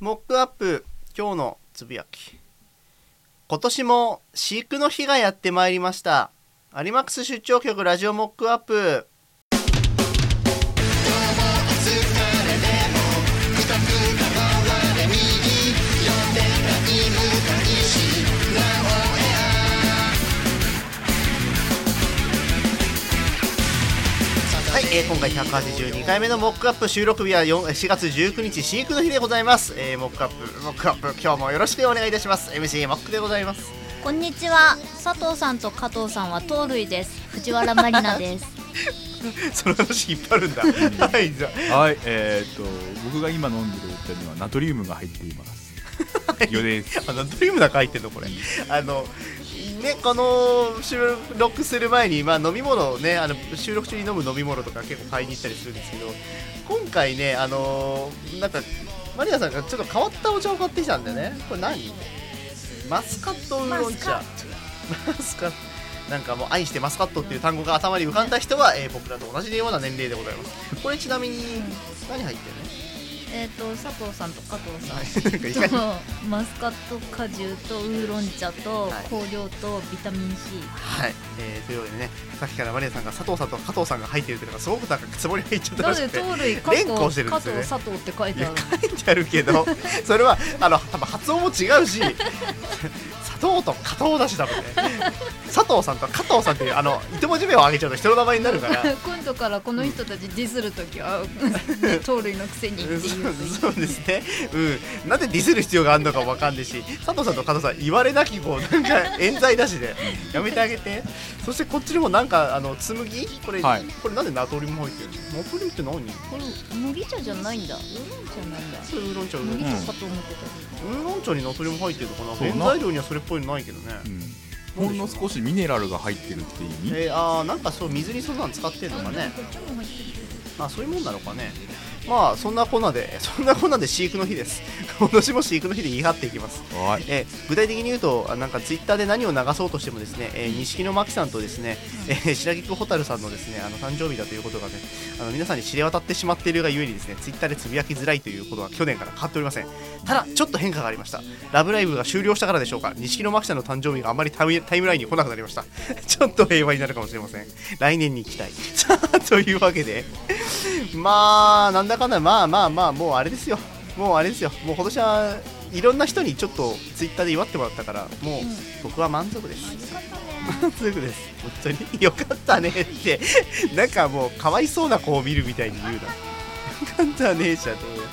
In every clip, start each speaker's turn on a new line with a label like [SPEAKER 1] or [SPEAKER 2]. [SPEAKER 1] モックアップ今日のつぶやき今年も飼育の日がやってまいりましたアニマックス出張局ラジオモックアップはい、えー今回182回目のモックアップ収録日は 4, 4月19日飼育の日でございます、えーモックアップモックアップ今日もよろしくお願いいたします MC モックでございます
[SPEAKER 2] こんにちは佐藤さんと加藤さんは盗塁です藤原まりなです
[SPEAKER 1] その話引っ張るんだはいじゃ
[SPEAKER 3] はい、えーっと僕が今飲んでるお茶にはナトリウムが入っています。よです。
[SPEAKER 1] あのドリームなんか入ってんのこれ あのねこの収録する前に、まあ、飲み物をねあの収録中に飲む飲み物とか結構買いに行ったりするんですけど今回ねあのーなんかマリアさんがちょっと変わったお茶を買ってきたんだよねこれ何マスカットウーロン茶 マスカットなんかもう愛してマスカットっていう単語が頭に浮かんだ人は、えー僕らと同じような年齢でございますこれちなみに何入ってるの
[SPEAKER 2] えっと佐藤さんと加藤さん
[SPEAKER 1] なんかいかに
[SPEAKER 2] と マスカット果汁とウーロン茶と
[SPEAKER 1] はい
[SPEAKER 2] 香料とビタミン C
[SPEAKER 1] はい、えー、というわけでね、さっきからマリアさんが佐藤さんと加藤さんが入ってるというのがすごくなんかつぼに入っちゃった
[SPEAKER 2] な
[SPEAKER 1] ら
[SPEAKER 2] の
[SPEAKER 1] し
[SPEAKER 2] で
[SPEAKER 1] くて。
[SPEAKER 2] 盗塁加
[SPEAKER 1] 連呼して
[SPEAKER 2] 藤
[SPEAKER 1] るんで
[SPEAKER 2] 加
[SPEAKER 1] すよ
[SPEAKER 2] 藤
[SPEAKER 1] ね
[SPEAKER 2] 佐藤って書い
[SPEAKER 1] い
[SPEAKER 2] てあ
[SPEAKER 1] や
[SPEAKER 2] る
[SPEAKER 1] 書いてあるけど、 それはあの多分発音も違うし、 佐藤と加藤だしだもんね。佐藤さんと加藤さんっていうあの一文字目を上げちゃうと人の名前になるから。
[SPEAKER 2] 今度からこの人たちディスるとき はね盗塁のくせにって
[SPEAKER 1] そう
[SPEAKER 2] いう
[SPEAKER 1] そうですね、うん、なんでディスる必要があるのかもわかんないし佐藤さんと加藤さん言われなきこうなんか冤罪だしで、やめてあげてそしてこっちにもなんかあの紬これ、
[SPEAKER 3] はい
[SPEAKER 1] これなんでナトリも入ってるのナトリって何
[SPEAKER 2] これ麦茶じゃないんだウーロン茶なんだ
[SPEAKER 1] それウーロン茶ウーロン
[SPEAKER 2] 麦
[SPEAKER 1] 茶
[SPEAKER 2] 茶かと思ってた、
[SPEAKER 1] ウーロン茶にナトリも入ってるのかな
[SPEAKER 3] そうな
[SPEAKER 1] 原材料にはそれっぽいのないけどね、
[SPEAKER 3] うん。ほんの少しミネラルが入ってるって意味。
[SPEAKER 1] えー、あーなんかそう水にそんなの使ってんのかね
[SPEAKER 2] こっちも入ってる
[SPEAKER 1] あそういうもんなのかねまあそんなこんなでそんなこんなで飼育の日です今年も飼育の日で言い張っていきます
[SPEAKER 3] はい。
[SPEAKER 1] えー具体的に言うとあなんかツイッターで何を流そうとしてもですね、えー、錦野真紀さんとですね、えー白菊蛍さんのですねあの誕生日だということがねあの皆さんに知れ渡ってしまっているがゆえにですねツイッターでつぶやきづらいということは去年から変わっておりませんただちょっと変化がありましたラブライブが終了したからでしょうか錦野真紀さんの誕生日があまりタイムタイムラインに来なくなりました ちょっと平和になるかもしれません来年に行きたい さあというわけでまあなんだかんだまあまあまあもうあれですよもうあれですよもう今年はいろんな人にちょっとツイッターで祝ってもらったからもう
[SPEAKER 2] うん
[SPEAKER 1] 僕は満足です、
[SPEAKER 2] よかった ね
[SPEAKER 1] 満足です本当によかったねってなんかもうかわいそうな子を見るみたいに言うなよかったねじゃねえ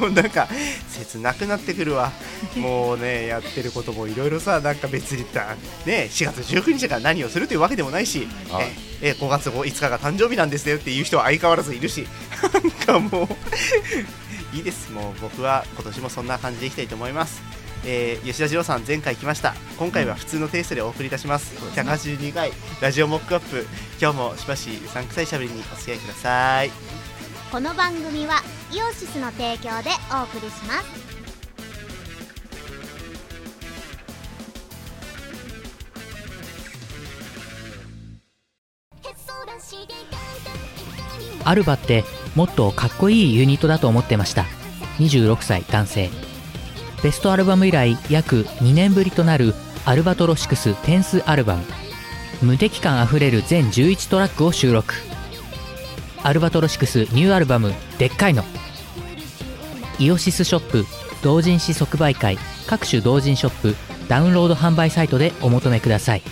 [SPEAKER 1] もうなんか切なくなってくるわもうねやってることもいろいろさなんか別にだね4月19日だから何をするというわけでもないし、
[SPEAKER 3] はい
[SPEAKER 1] ええ5月5日が誕生日なんですよっていう人は相変わらずいるしなんかもういいですもう僕は今年もそんな感じでいきたいと思います、えー吉田二郎さん前回来ました今回は普通のテイストでお送りいたします182回ラジオモックアップ今日もしばしうさんくさいしゃべりにお付き合いください
[SPEAKER 4] この番組はイオシスの提供でお送りします
[SPEAKER 5] アルバってもっとかっこいいユニットだと思ってました26歳男性ベストアルバム以来約2年ぶりとなるアルバトロシクステンスアルバム無敵感あふれる全11トラックを収録アルバトロシクスニューアルバム「でっかいの」イオシスショップ同人誌即売会各種同人ショップダウンロード販売サイトでお求めください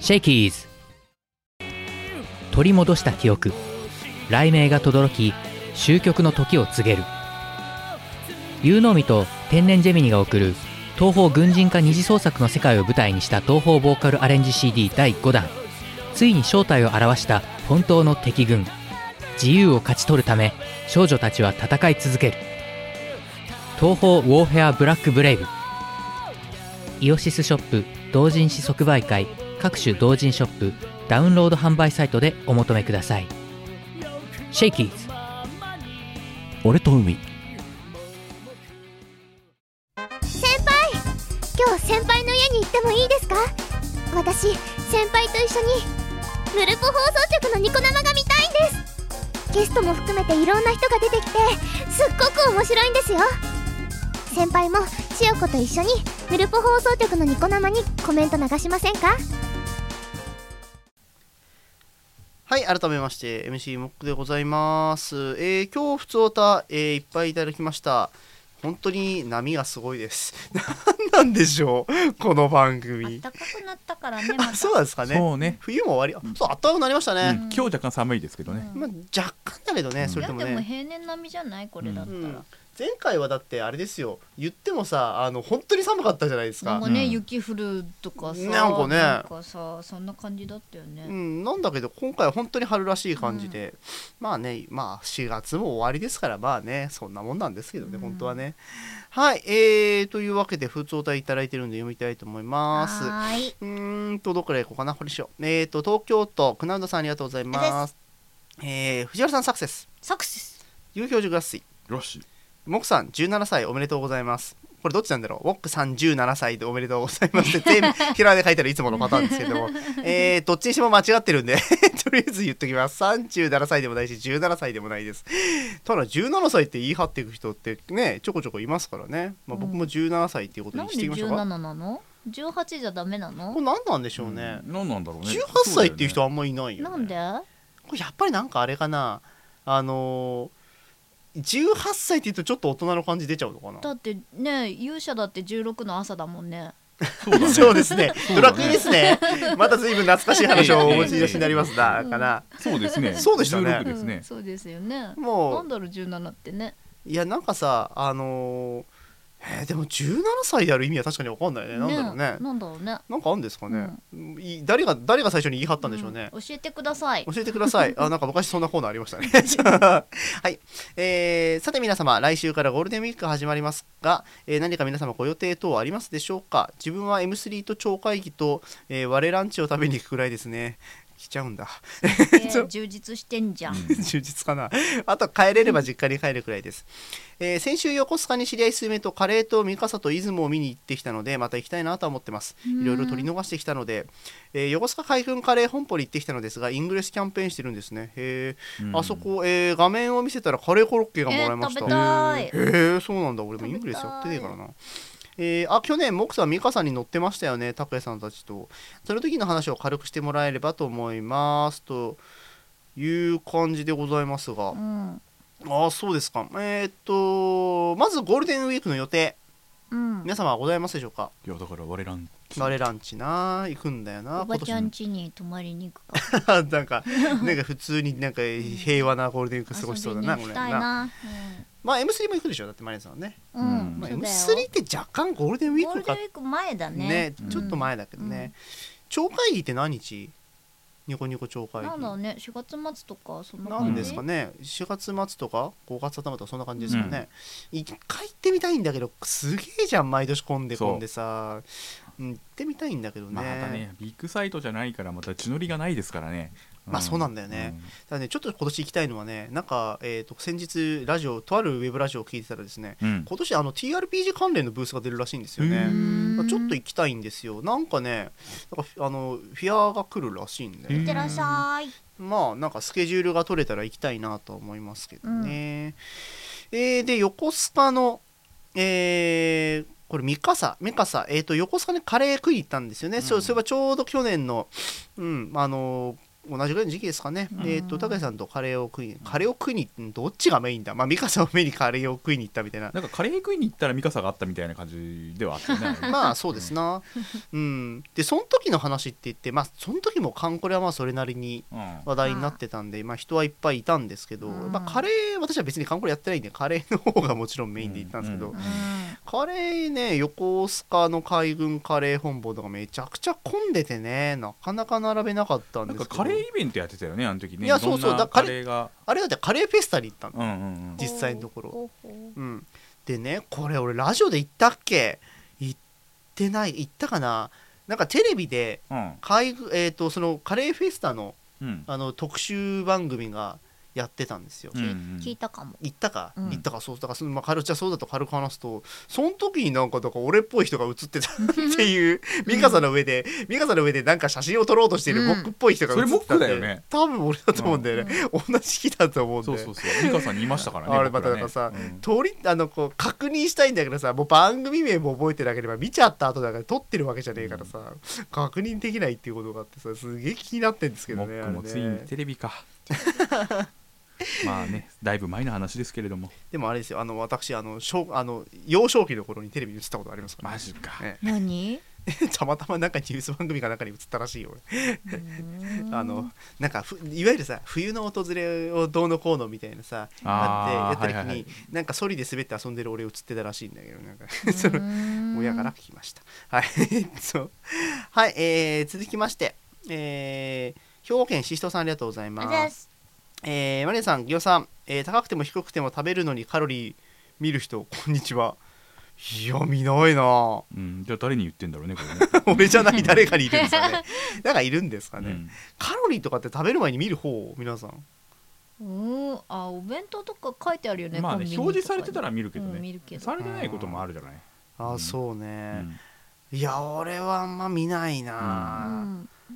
[SPEAKER 5] シェイキーズ取り戻した記憶雷鳴が轟き終局の時を告げる有能美と天然ジェミニが送る東方軍人化二次創作の世界を舞台にした東方ボーカルアレンジ CD 第5弾ついに正体を表した本当の敵軍自由を勝ち取るため少女たちは戦い続ける東方ウォーフェアブラックブレイブイオシスショップ同人誌即売会各種同人ショップダウンロード販売サイトでお求めくださいシェイキーズ
[SPEAKER 6] 俺と海
[SPEAKER 4] 先輩今日先輩の家に行ってもいいですか私先輩と一緒にヌルポ放送局のニコ生が見たいんですゲストも含めていろんな人が出てきてすっごく面白いんですよ先輩も千代子と一緒にヌルポ放送局のニコ生にコメント流しませんか
[SPEAKER 1] はい、改めまして、MC モックでございます。えー、今日、普通歌、えーいっぱいいただきました。本当に波がすごいです。 何なんでしょう、この番
[SPEAKER 2] あっ
[SPEAKER 1] 組。
[SPEAKER 2] たかくなったからね、ま
[SPEAKER 1] あ、
[SPEAKER 2] た。
[SPEAKER 1] そうなんですかね。
[SPEAKER 3] そうね、
[SPEAKER 1] 冬も終わり、あそう、あったかくなりました
[SPEAKER 3] うん
[SPEAKER 1] ね。
[SPEAKER 3] 今日若干寒いですけどね、
[SPEAKER 2] うん
[SPEAKER 1] まあ、若干だけどね、
[SPEAKER 3] うん
[SPEAKER 1] それ
[SPEAKER 2] いや
[SPEAKER 1] と
[SPEAKER 2] で
[SPEAKER 1] も
[SPEAKER 2] も
[SPEAKER 1] ね。
[SPEAKER 2] 平年並みじゃないこれだった
[SPEAKER 1] う
[SPEAKER 2] ら、
[SPEAKER 1] ん、前回はだって、あれですよ、言ってもさ、あの本当に寒かったじゃないです
[SPEAKER 2] な
[SPEAKER 1] か
[SPEAKER 2] んか。ね、
[SPEAKER 3] うん
[SPEAKER 2] 雪降るとかさ
[SPEAKER 1] なんかね
[SPEAKER 2] なんかさそんな感じだったよね、
[SPEAKER 1] うん、なんだけど今回は本当に春らしい感じで、まあねまあ4月も終わりですからまあねそんなもんなんですけどね、
[SPEAKER 2] うん
[SPEAKER 1] 本当はねはいえー、というわけで普通お題いただいてるんで読みたいと思います
[SPEAKER 2] はーいう
[SPEAKER 1] ーんとどこからいこうかなこれにしようえーと東京都クナウドさんありがとうございますえー、藤原さんサクセス
[SPEAKER 2] サクセス
[SPEAKER 1] 有表塾合水
[SPEAKER 3] よし
[SPEAKER 1] モクさん17歳おめでとうございますこれどっちなんだろうウォックさん17歳でおめでとうございますって全部ひらがなで書いてあるいつものパターンですけども、えー、どっちにしても間違ってるんで とりあえず言っときます37歳でもないし17歳でもないですただ17歳って言い張っていく人ってねちょこちょこいますからね、まあ、僕も17歳っていうこと
[SPEAKER 2] なん
[SPEAKER 1] に
[SPEAKER 2] で
[SPEAKER 1] してみましょう
[SPEAKER 2] 17
[SPEAKER 1] か
[SPEAKER 2] なの18じゃダメな
[SPEAKER 1] これ
[SPEAKER 2] の
[SPEAKER 1] 何なんでしょうね、
[SPEAKER 3] 何なんだろうね
[SPEAKER 1] 18歳っていう人あんまいないよ、ね、
[SPEAKER 2] なんで
[SPEAKER 1] これやっぱりなんかあれかなあのー、18歳って言うとちょっと大人の感じ出ちゃうのかな
[SPEAKER 2] だってね勇者だって16の朝だもんね
[SPEAKER 3] そうだね
[SPEAKER 1] そうですね。
[SPEAKER 3] そ
[SPEAKER 1] ド
[SPEAKER 3] うだね
[SPEAKER 1] ラクエです ね。また随分懐かしい話をお持ち出しになりますな。
[SPEAKER 2] うん
[SPEAKER 1] かな。
[SPEAKER 3] そうです ね
[SPEAKER 1] そうでしたね
[SPEAKER 3] 16です
[SPEAKER 2] う
[SPEAKER 3] ね
[SPEAKER 2] ん、そうですよねな
[SPEAKER 1] も
[SPEAKER 2] んだろう17ってね
[SPEAKER 1] う、いや、なんかさ、あのーえーでも17歳である意味は確かにわかんないね。なんだろうね。
[SPEAKER 2] なんだろうね
[SPEAKER 1] なんかあるんですかね。い誰が、誰が最初に言い張ったんでしょうね。
[SPEAKER 2] うん教えてください
[SPEAKER 1] 教えてくださ い。あ、なんか昔そんなコーナーありました ね。はい。えーさて皆様、来週からゴールデンウィークが始まりますが、えー何か皆様ご予定等はありますでしょうか自分は M3 と超会議と、えー我ランチを食べに行くくらいですね。来ちゃうんだ。
[SPEAKER 2] えー充実してんじゃん
[SPEAKER 1] 充実かなあと帰れれば実家に帰るくらいです、えー先週横須賀に知り合い数名とカレーと三笠と出雲を見に行ってきたのでまた行きたいなとは思ってますいろいろ取り逃してきたので、えー横須賀海軍カレー本舗に行ってきたのですがイングレスキャンペーンしてるんですねへえ、
[SPEAKER 3] うん
[SPEAKER 1] あそこ、えー画面を見せたらカレーコロッケがもらえました、
[SPEAKER 2] えー食べたい
[SPEAKER 1] へえそうなんだ俺もイングレスやってねえからなえーあ去年、モクさん、ミカさんに乗ってましたよね、拓也さんたちと。その時の話を軽くしてもらえればと思います。という感じでございますが
[SPEAKER 2] う、ん
[SPEAKER 1] ああ、そうですか。えーっと、まずゴールデンウィークの予定、
[SPEAKER 2] うん
[SPEAKER 1] 皆様はございますでしょうか。
[SPEAKER 3] いやだから我らん
[SPEAKER 1] 我ランチな、行くんだよな、
[SPEAKER 2] おばちゃ
[SPEAKER 1] 今
[SPEAKER 2] ん家に泊まりに行くか
[SPEAKER 1] 年も なんか、なんか普通になんか平和なゴールデンウィーク過ごしそうだな、
[SPEAKER 2] 遊
[SPEAKER 1] こ
[SPEAKER 2] び
[SPEAKER 1] れ
[SPEAKER 2] に行きたい
[SPEAKER 1] な。
[SPEAKER 2] な
[SPEAKER 1] まあ、M3 も行くでしょ、だってマリアさんはね。
[SPEAKER 2] うんうん
[SPEAKER 1] まあ、
[SPEAKER 2] そうだよ
[SPEAKER 1] M3 って若干ゴールデンウィー
[SPEAKER 2] ゴー
[SPEAKER 1] ク
[SPEAKER 2] ルデ
[SPEAKER 1] か
[SPEAKER 2] ンウィーク前だね
[SPEAKER 1] ね、
[SPEAKER 3] うん
[SPEAKER 1] ちょっと前だけどね。超会議って何日ニコニコ超会議。
[SPEAKER 2] なんだろうね4月末とかそんな
[SPEAKER 1] な
[SPEAKER 2] 感じ
[SPEAKER 1] んですかね、4月末とか5月頭とかそんな感じですかね、一回行ってみたいんだけどすげえじゃん毎年混んで
[SPEAKER 3] そう
[SPEAKER 1] 混んでさ、うん、行ってみたいんだけどね,、
[SPEAKER 3] またねビッグサイトじゃないからまた地のりがないですからね、
[SPEAKER 1] まあそうなんだよね、ただねちょっと今年行きたいのはねなんか、えー、と先日ラジオとあるウェブラジオを聞いてたらですね
[SPEAKER 3] うん、
[SPEAKER 1] 今年あの TRPG 関連のブースが出るらしいんですよ
[SPEAKER 3] う
[SPEAKER 1] ね、
[SPEAKER 2] ん
[SPEAKER 1] まあちょっと行きたいんですよなんかねなんかあのフィアが来るらしいんで、
[SPEAKER 3] へえ
[SPEAKER 2] いってらっしゃい
[SPEAKER 1] まあなんかスケジュールが取れたら行きたいなとは思いますけどね。えーで横須賀の、えーこれ三笠三笠、えー、と横須賀でカレー食いに行ったんですよね、そう
[SPEAKER 3] うん
[SPEAKER 1] そういえばちょうど去年の、うんあのー同じぐらいの時期ですかね、
[SPEAKER 2] うん
[SPEAKER 1] えー、と高橋さんとカレーを食いにカレーを食いにうんどっちがメインだ、まあ、三笠をメインにカレーを食いに行ったみたい な
[SPEAKER 3] なんかカレー食いに行ったらミカサがあったみたいな感じではあったよね。
[SPEAKER 1] まあそうですな、うん、でその時の話って言って、まあ、その時もカンコレはまあそれなりに
[SPEAKER 3] うん
[SPEAKER 1] 話題になってたんで、まあ、人はいっぱいいたんですけど、
[SPEAKER 2] うん
[SPEAKER 1] まあ、カレー私は別に韓国やってないんでカレーの方がもちろんメインで行ったんですけど、
[SPEAKER 3] うん
[SPEAKER 2] う
[SPEAKER 1] カレーね横須賀の海軍カレー本部とかめちゃくちゃ混んでてねなかなか並べなかったん
[SPEAKER 3] な
[SPEAKER 1] で
[SPEAKER 3] んか
[SPEAKER 1] すけ
[SPEAKER 3] カ
[SPEAKER 1] ど
[SPEAKER 3] レーイベントやってたよね、あの時ね。
[SPEAKER 1] いやそうそう
[SPEAKER 3] ろんな
[SPEAKER 1] だカ
[SPEAKER 3] カ
[SPEAKER 1] レー
[SPEAKER 3] レーが。
[SPEAKER 1] あれだってカレーフェスタに行ったの、
[SPEAKER 3] うんうん
[SPEAKER 1] 実際のところ
[SPEAKER 2] ほうほ
[SPEAKER 1] うん、でねこれ俺ラジオで言ったっけ言ってない言ったかななんかテレビで
[SPEAKER 3] うん。うん
[SPEAKER 1] 海軍、えー、とそのカレーフェスタの
[SPEAKER 3] うん。
[SPEAKER 1] あの特集番組がやってたんですよ。
[SPEAKER 3] うんうん
[SPEAKER 2] 聞いたか も
[SPEAKER 1] 行ったか、
[SPEAKER 2] うん
[SPEAKER 1] 行ったかそうだからそのまあ軽くじゃあそうだと軽く話すとその時になんかだから俺っぽい人が写ってたっていうミカさんの上でミカさんの上でなんか写真を撮ろうとしてる
[SPEAKER 2] うん
[SPEAKER 1] 僕っぽい人が写ってたん
[SPEAKER 3] それ僕
[SPEAKER 1] で、
[SPEAKER 3] だよね
[SPEAKER 1] 多分俺だと思うんだよね、同じ日だと思うんで
[SPEAKER 3] そうそうそう美香さんにいましたからね
[SPEAKER 1] あれ
[SPEAKER 3] 僕らね
[SPEAKER 1] またなんかさ
[SPEAKER 3] うん
[SPEAKER 1] 通りあのこう確認したいんだけどさもう番組名も覚えてなければ見ちゃった後だから撮ってるわけじゃねえからさ、確認できないっていうことがあってさすげえ気になってんですけど
[SPEAKER 3] も
[SPEAKER 1] ね
[SPEAKER 3] っくも
[SPEAKER 1] あれね
[SPEAKER 3] ついにテレビかまあねだいぶ前の話ですけれども
[SPEAKER 1] でもあれですよあの私あの小あの幼少期の頃にテレビに映ったことありますから、
[SPEAKER 3] マジか、
[SPEAKER 1] ね
[SPEAKER 2] 何
[SPEAKER 1] たまたまなんかニュース番組かなんかに映ったらしいよあのなんかふいわゆるさ冬の訪れをどうのこうのみたいなさ
[SPEAKER 3] あー
[SPEAKER 1] あってやった時に、
[SPEAKER 3] はいはいは
[SPEAKER 1] なんかソリで滑って遊んでる俺映ってたらしいんだけどなんか その親
[SPEAKER 2] 親
[SPEAKER 1] から聞きましたはい そうはい、えー続きましてえー兵庫県ししとさんありがとうござい
[SPEAKER 2] あざ
[SPEAKER 1] ます
[SPEAKER 2] っす
[SPEAKER 1] えー、マリアさん、ギョさん、えー高くても低くても食べるのにカロリー見る人、こんにちは。いや、見ないな
[SPEAKER 3] うん、じゃあ誰に言ってんだろうねこれね、
[SPEAKER 1] 俺じゃない誰かにいるんですか ね。なんかいるんですか
[SPEAKER 3] う
[SPEAKER 1] ね、
[SPEAKER 3] ん
[SPEAKER 1] カロリーとかって食べる前に見る方、皆さん。
[SPEAKER 2] うーんあお弁当とか書いてあるよね
[SPEAKER 3] まあ
[SPEAKER 2] コンビニ
[SPEAKER 3] ね
[SPEAKER 2] とかに
[SPEAKER 3] 表示されてたら見るけど
[SPEAKER 2] うん見
[SPEAKER 3] ね、
[SPEAKER 2] るけど
[SPEAKER 3] されてないこともあるじゃない、
[SPEAKER 1] あ
[SPEAKER 3] う
[SPEAKER 1] ー、
[SPEAKER 3] ん
[SPEAKER 1] そう
[SPEAKER 3] う
[SPEAKER 1] ね。
[SPEAKER 3] ん
[SPEAKER 1] いや、俺はあんま見ない
[SPEAKER 2] うん
[SPEAKER 1] な、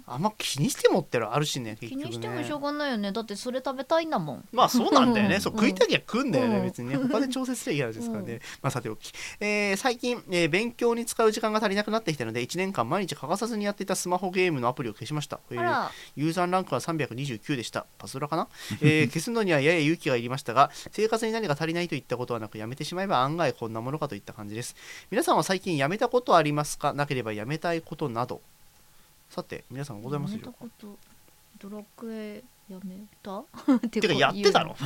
[SPEAKER 1] あんま気にしてもってのあるしね、結
[SPEAKER 2] 気
[SPEAKER 1] 局ね。
[SPEAKER 2] にしてもしょうがないよねだってそれ食べたいんだもん
[SPEAKER 1] まあそうなんだよね。そう
[SPEAKER 2] うん
[SPEAKER 1] 食いたきゃ食うんだよね、
[SPEAKER 2] うん
[SPEAKER 1] 別にね。他で調整すればいい話ですからね。まあさておき。えー最近、えー勉強に使う時間が足りなくなってきたので、1年間毎日欠かさずにやっていたスマホゲームのアプリを消しました。えー
[SPEAKER 2] あら
[SPEAKER 1] ユーザーランクは329でした。パズドラか な、えー消すのにはやや勇気がいりましたが、生活に何か足りないといったことはなく、やめてしまえば案外こんなものかといった感じです。皆さんは最近やめたことありますかなければやめたいことなど。さて、皆さんございます
[SPEAKER 2] や
[SPEAKER 1] で
[SPEAKER 2] め
[SPEAKER 1] しょ
[SPEAKER 2] た
[SPEAKER 1] うか
[SPEAKER 2] ことドラクエやめた って
[SPEAKER 1] てかやってたの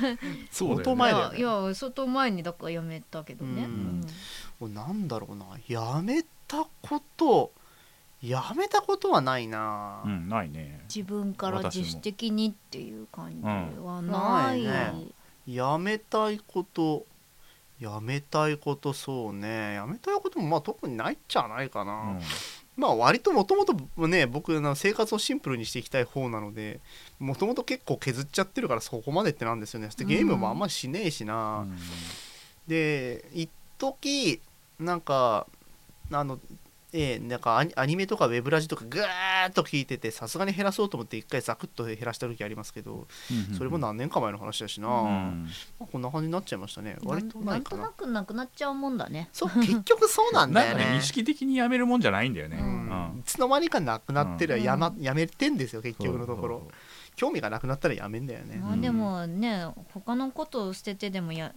[SPEAKER 3] そうだ
[SPEAKER 1] 相当
[SPEAKER 3] よね
[SPEAKER 1] 前だよね
[SPEAKER 2] いやいや相当前にだからやめたけどね
[SPEAKER 1] うん
[SPEAKER 2] うん
[SPEAKER 1] これなんだろうなやめたことやめたことはないな、
[SPEAKER 3] うん、ないね
[SPEAKER 2] 自分から自主的にっていう感じはない、
[SPEAKER 1] うんないねやめたいことやめたいことそうねやめたいこともまあ特にないっちゃないかな、
[SPEAKER 3] う
[SPEAKER 1] まあ割ともともとね僕の生活をシンプルにしていきたい方なのでもともと結構削っちゃってるからそこまでってなんですよねでゲームもあんましねえしな、
[SPEAKER 3] ん
[SPEAKER 1] で一時なんかあのえーなんかアニアニメとかウェブラジとかぐーっと聞いててさすがに減らそうと思って一回ザクッと減らした時ありますけど
[SPEAKER 3] うん
[SPEAKER 1] それも何年か前の話だしな、
[SPEAKER 3] う
[SPEAKER 1] ま
[SPEAKER 3] ん
[SPEAKER 1] あこんな感じになっちゃいましたね割と
[SPEAKER 2] な
[SPEAKER 1] なんい
[SPEAKER 2] と
[SPEAKER 1] かな
[SPEAKER 2] なくなくなっちゃうもんだね
[SPEAKER 1] そう結局そうなん
[SPEAKER 3] な
[SPEAKER 1] だ
[SPEAKER 3] ん
[SPEAKER 1] よ
[SPEAKER 3] か
[SPEAKER 1] ね
[SPEAKER 3] ね意識的にやめるもんじゃないんだよね、
[SPEAKER 1] う
[SPEAKER 2] うん
[SPEAKER 1] いつの間にかなくなってるや,、ま、やめてんですよ結局のところ
[SPEAKER 3] そうそう
[SPEAKER 1] 興味がなくなったらやめんだよね、
[SPEAKER 2] まあでもね他のことを捨ててでもや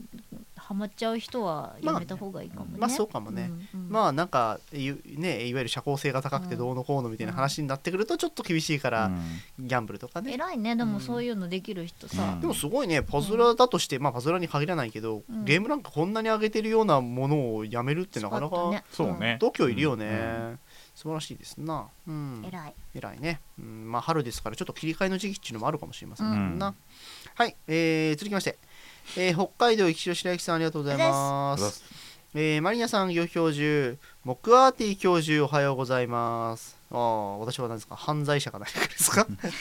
[SPEAKER 2] ハマっちゃう人はやめた方がいいかもね、
[SPEAKER 1] まあそうかもね、
[SPEAKER 2] うんうん
[SPEAKER 1] まあなんかゆねいわゆる社交性が高くてどうのこうのみたいな話になってくるとちょっと厳しいか
[SPEAKER 3] そう
[SPEAKER 1] ら、ギャンブルとかね
[SPEAKER 2] 偉いねでもそういうのできる人さ、
[SPEAKER 3] うん
[SPEAKER 1] でもすごいねパズラだとして、まあパズラに限らないけど、
[SPEAKER 2] うん
[SPEAKER 1] ゲームなんかこんなに上げてるようなものをやめるってなかな
[SPEAKER 2] スパッと
[SPEAKER 1] か
[SPEAKER 2] ね
[SPEAKER 3] そうね
[SPEAKER 1] 度胸いるよね、
[SPEAKER 3] うん
[SPEAKER 1] 素晴らしいですな、うん
[SPEAKER 2] うん、偉い
[SPEAKER 1] 偉いね、うん、まあ春ですからちょっと切り替えの時期っていうのもあるかもしれませんもんな、
[SPEAKER 3] う
[SPEAKER 1] はい、えー続きまして、えー北海道生城白雪さんありがとうございま
[SPEAKER 3] あり
[SPEAKER 1] す
[SPEAKER 3] がとうございます
[SPEAKER 1] えーマリナさん、魚教授、モクアーティ教授、おはようございます。ああ、私は何ですか、犯罪者か何かですか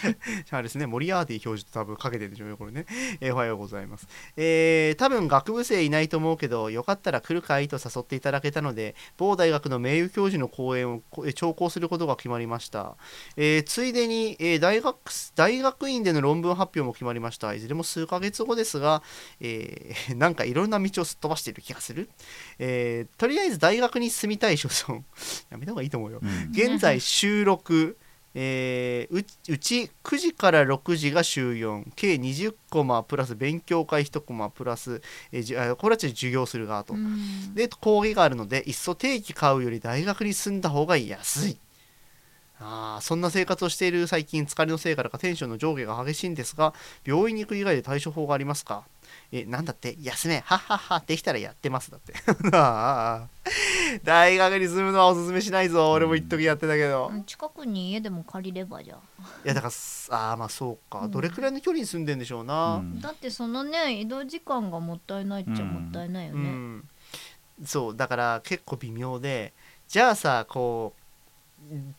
[SPEAKER 1] あれですね、モリアーティ教授と多分かけてるんでしょうね、これね。えーおはようございます。えー、多分学部生いないと思うけど、よかったら来るかいと誘っていただけたので、某大学の名誉教授の講演をこえー聴講することが決まりました。えーついでに、えー大学す、大学院での論文発表も決まりました。いずれも数ヶ月後ですが、えー なんかいろんな道をすっ飛ばしている気がする。えーとりあえず大学に進みたい所存 やめた方がいいと思うよ
[SPEAKER 3] うん
[SPEAKER 1] 現在収録、えーううち9時から6時が週4計20コマプラス勉強会1コマプラス、えーじゅあこれはちょっと授業する側と、
[SPEAKER 2] うん
[SPEAKER 1] で講義があるのでいっそ定期買うより大学に住んだ方が安いあーそんな生活をしている最近疲れのせいからかテンションの上下が激しいんですが病院に行く以外で対処法がありますかえなんだって休めはっはっはできたらやってますだって あー大学に住むのはおすすめしないぞ俺も一時やってたけど、
[SPEAKER 2] う
[SPEAKER 1] い
[SPEAKER 2] ん近くに家でも借りればじゃ
[SPEAKER 1] やだからすあーまあそうか、
[SPEAKER 2] うん
[SPEAKER 1] どれくらいの距離に住んでんでしょうな、
[SPEAKER 3] うん
[SPEAKER 2] だってそのね移動時間がもったいないっちゃ
[SPEAKER 3] うん
[SPEAKER 2] もったいないよ
[SPEAKER 1] う
[SPEAKER 2] ね、
[SPEAKER 1] ん、そうだから結構微妙でじゃあさこう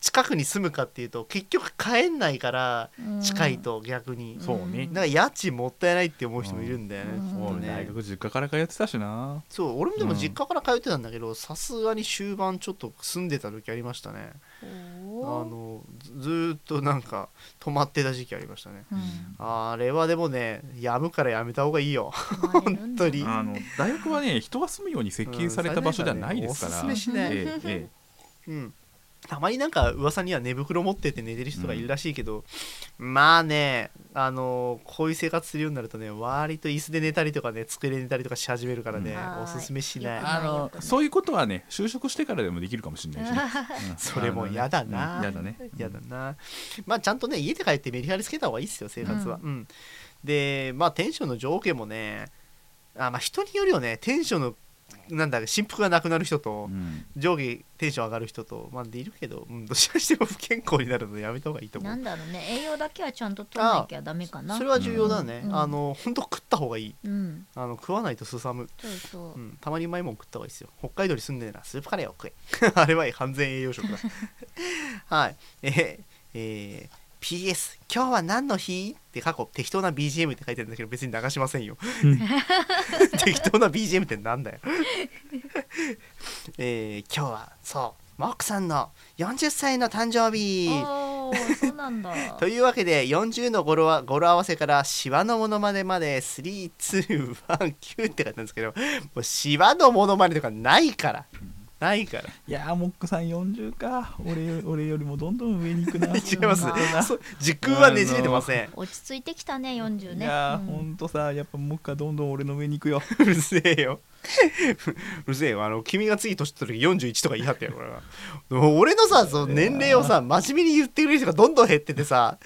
[SPEAKER 1] 近くに住むかっていうと結局帰んないから近いと逆に、
[SPEAKER 3] そうね
[SPEAKER 1] なんか家賃もったいないって思う人もいるんだよね,、
[SPEAKER 2] うん
[SPEAKER 1] ちょっと
[SPEAKER 3] 俺
[SPEAKER 1] ね
[SPEAKER 3] 大学実家から通ってたしな
[SPEAKER 1] そう俺もでも実家から通ってたんだけどさすがに終盤ちょっと住んでた時ありましたねあのずずーっとなんか泊まってた時期ありましたね
[SPEAKER 2] うん
[SPEAKER 1] あれはでもねやむからやめた方がいいよ
[SPEAKER 2] 本
[SPEAKER 1] 当に
[SPEAKER 3] あの大学はね人が住むように設計された場所ではないですから、
[SPEAKER 1] うんおすすめしない、
[SPEAKER 3] ええ え
[SPEAKER 1] うん、たまになんか噂には寝袋持ってって寝てる人がいるらしいけど、まあねあのーこういう生活するようになるとね割と椅子で寝たりとかね机で寝たりとかし始めるからね、
[SPEAKER 2] うん
[SPEAKER 1] おすすめしない
[SPEAKER 2] は
[SPEAKER 3] え
[SPEAKER 2] い
[SPEAKER 3] あのそういうことはね就職してからでもできるかもしれないしね、う ん
[SPEAKER 1] それも嫌だな
[SPEAKER 3] あのねうん嫌だ
[SPEAKER 1] やだ
[SPEAKER 3] ね
[SPEAKER 1] なまあちゃんとね家で帰ってメリハリつけた方がいいですよ生活は、うんでまあテンションの条件もねあまあ人によるよねテンションのなんだ振幅がなくなる人と、
[SPEAKER 3] うん
[SPEAKER 1] 上下テンション上がる人とまあでいるけど、うん、どちらにしても不健康になるのでやめた方がいいと思う
[SPEAKER 2] なんだろうね栄養だけはちゃんと取らなきゃダメかな
[SPEAKER 1] それは重要だね、
[SPEAKER 2] うん
[SPEAKER 1] あの本当食った方がいい
[SPEAKER 2] うん
[SPEAKER 1] あの食わないとすさむ、、
[SPEAKER 2] そうそううん
[SPEAKER 1] たまにうまいもん食った方がいいですよ北海道に住んでるならスープカレーを食え あれは完全栄養食だ はいえーえー PS 今日は何の日って過去適当な BGM って書いてあるんだけど別に流しません よ適当な BGM ってなんだよ えー今日はそうモックさんの40歳の誕生日
[SPEAKER 2] あーそうなんだ
[SPEAKER 1] というわけで40の語呂は語呂合わせからシワのものまねまで3219って書いてあるんですけどもうシワのものまねとかないからないから
[SPEAKER 3] いやーモックさん40か俺俺よりもどんどん上に行くな
[SPEAKER 1] 違います
[SPEAKER 2] そうだな
[SPEAKER 1] そう時空はねじれてません
[SPEAKER 2] 落ち着いてきたね40
[SPEAKER 3] い
[SPEAKER 2] ね
[SPEAKER 3] やー、
[SPEAKER 2] うん
[SPEAKER 3] ほんとさやっぱモックはどんどん俺の上に行くよ
[SPEAKER 1] うるせえようるせえよあの君が次年取った時41とか言い張ってよ俺はでも俺のさその年齢をさ真面目に言ってくれる人がどんどん減っててさ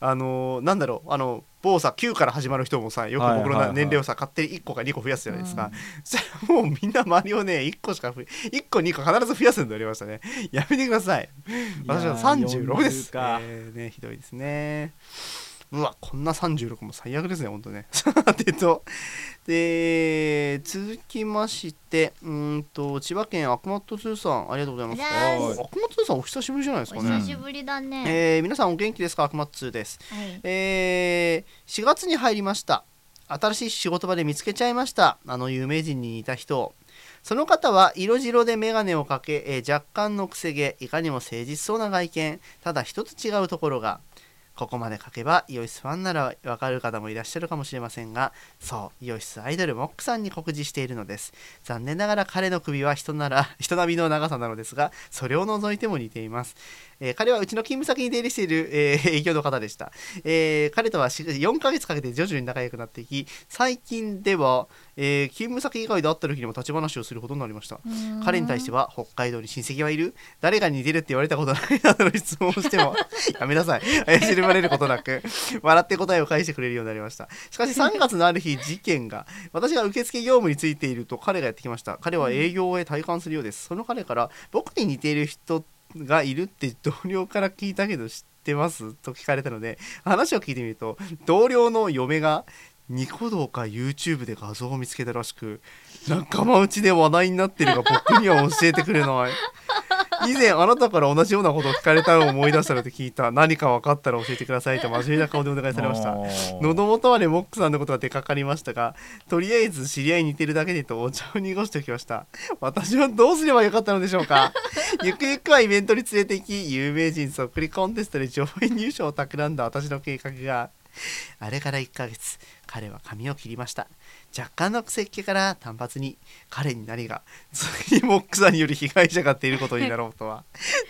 [SPEAKER 1] あのーなんだろうあの某さ9から始まる人もさよく
[SPEAKER 3] はいはい
[SPEAKER 1] 僕の
[SPEAKER 3] はい
[SPEAKER 1] な年齢をさ勝手に1個か2個増やすじゃないですか、そしたらもうみんな周りをね1個しか増え1個2個必ず増やすんでありましたねやめてください私は36です
[SPEAKER 3] 40か
[SPEAKER 1] えーねひどいですねうわこんな36も最悪ですねほんとね さてとで続きましてうーんと千葉県悪魔と通さんありがとうございます
[SPEAKER 2] あらー
[SPEAKER 1] 悪魔と通さんお久しぶりじゃないです
[SPEAKER 2] お
[SPEAKER 1] かね
[SPEAKER 2] 久しぶりだね、
[SPEAKER 1] えー皆さんお元気ですか悪魔通です
[SPEAKER 2] はい
[SPEAKER 1] えー4月に入りました新しい仕事場で見つけちゃいましたあの有名人に似た人をその方は色白で眼鏡をかけ、えー若干のくせ毛いかにも誠実そうな外見ただ一つ違うところがここまで書けばイオシスファンならわかる方もいらっしゃるかもしれませんがそうイオシスアイドルモックさんに酷似しているのです残念ながら彼の首は人なら 人並みの長さなのですがそれを除いても似ています、えー彼はうちの勤務先に出入りしている、えー営業の方でしたえー彼とはし4ヶ月かけて徐々に仲良くなっていき最近では、えー勤務先以外で会った時にも立ち話をすることになりました
[SPEAKER 2] うん
[SPEAKER 1] 彼に対しては北海道に親戚はいる誰が似てるって言われたことないなどの質問をして もやめなさい怪しまれることなく笑って答えを返してくれるようになりましたしかし3月のある日事件が私が受付業務についていると彼がやってきました彼は営業へ体感するようですその彼から僕に似ている人がいるって同僚から聞いたけど知ってますと聞かれたので話を聞いてみると同僚の嫁がニコ動か YouTube で画像を見つけたらしく仲間内で話題になってるが僕には教えてくれない以前あなたから同じようなことを聞かれたのを思い出したので聞いた何か分かったら教えてくださいと真面目な顔でお願いされました喉元までモックさんのことが出かかりましたがとりあえず知り合いに似てるだけでとお茶を濁しておきました私はどうすればよかったのでしょう かゆくゆくはイベントに連れて行き有名人そっくりコンテストで上位入賞を企んだ私の計画があれから1ヶ月彼は髪を切りました若干の癖っ気から単発に彼に何が次にモックさんにより被害者が出ることになろうとは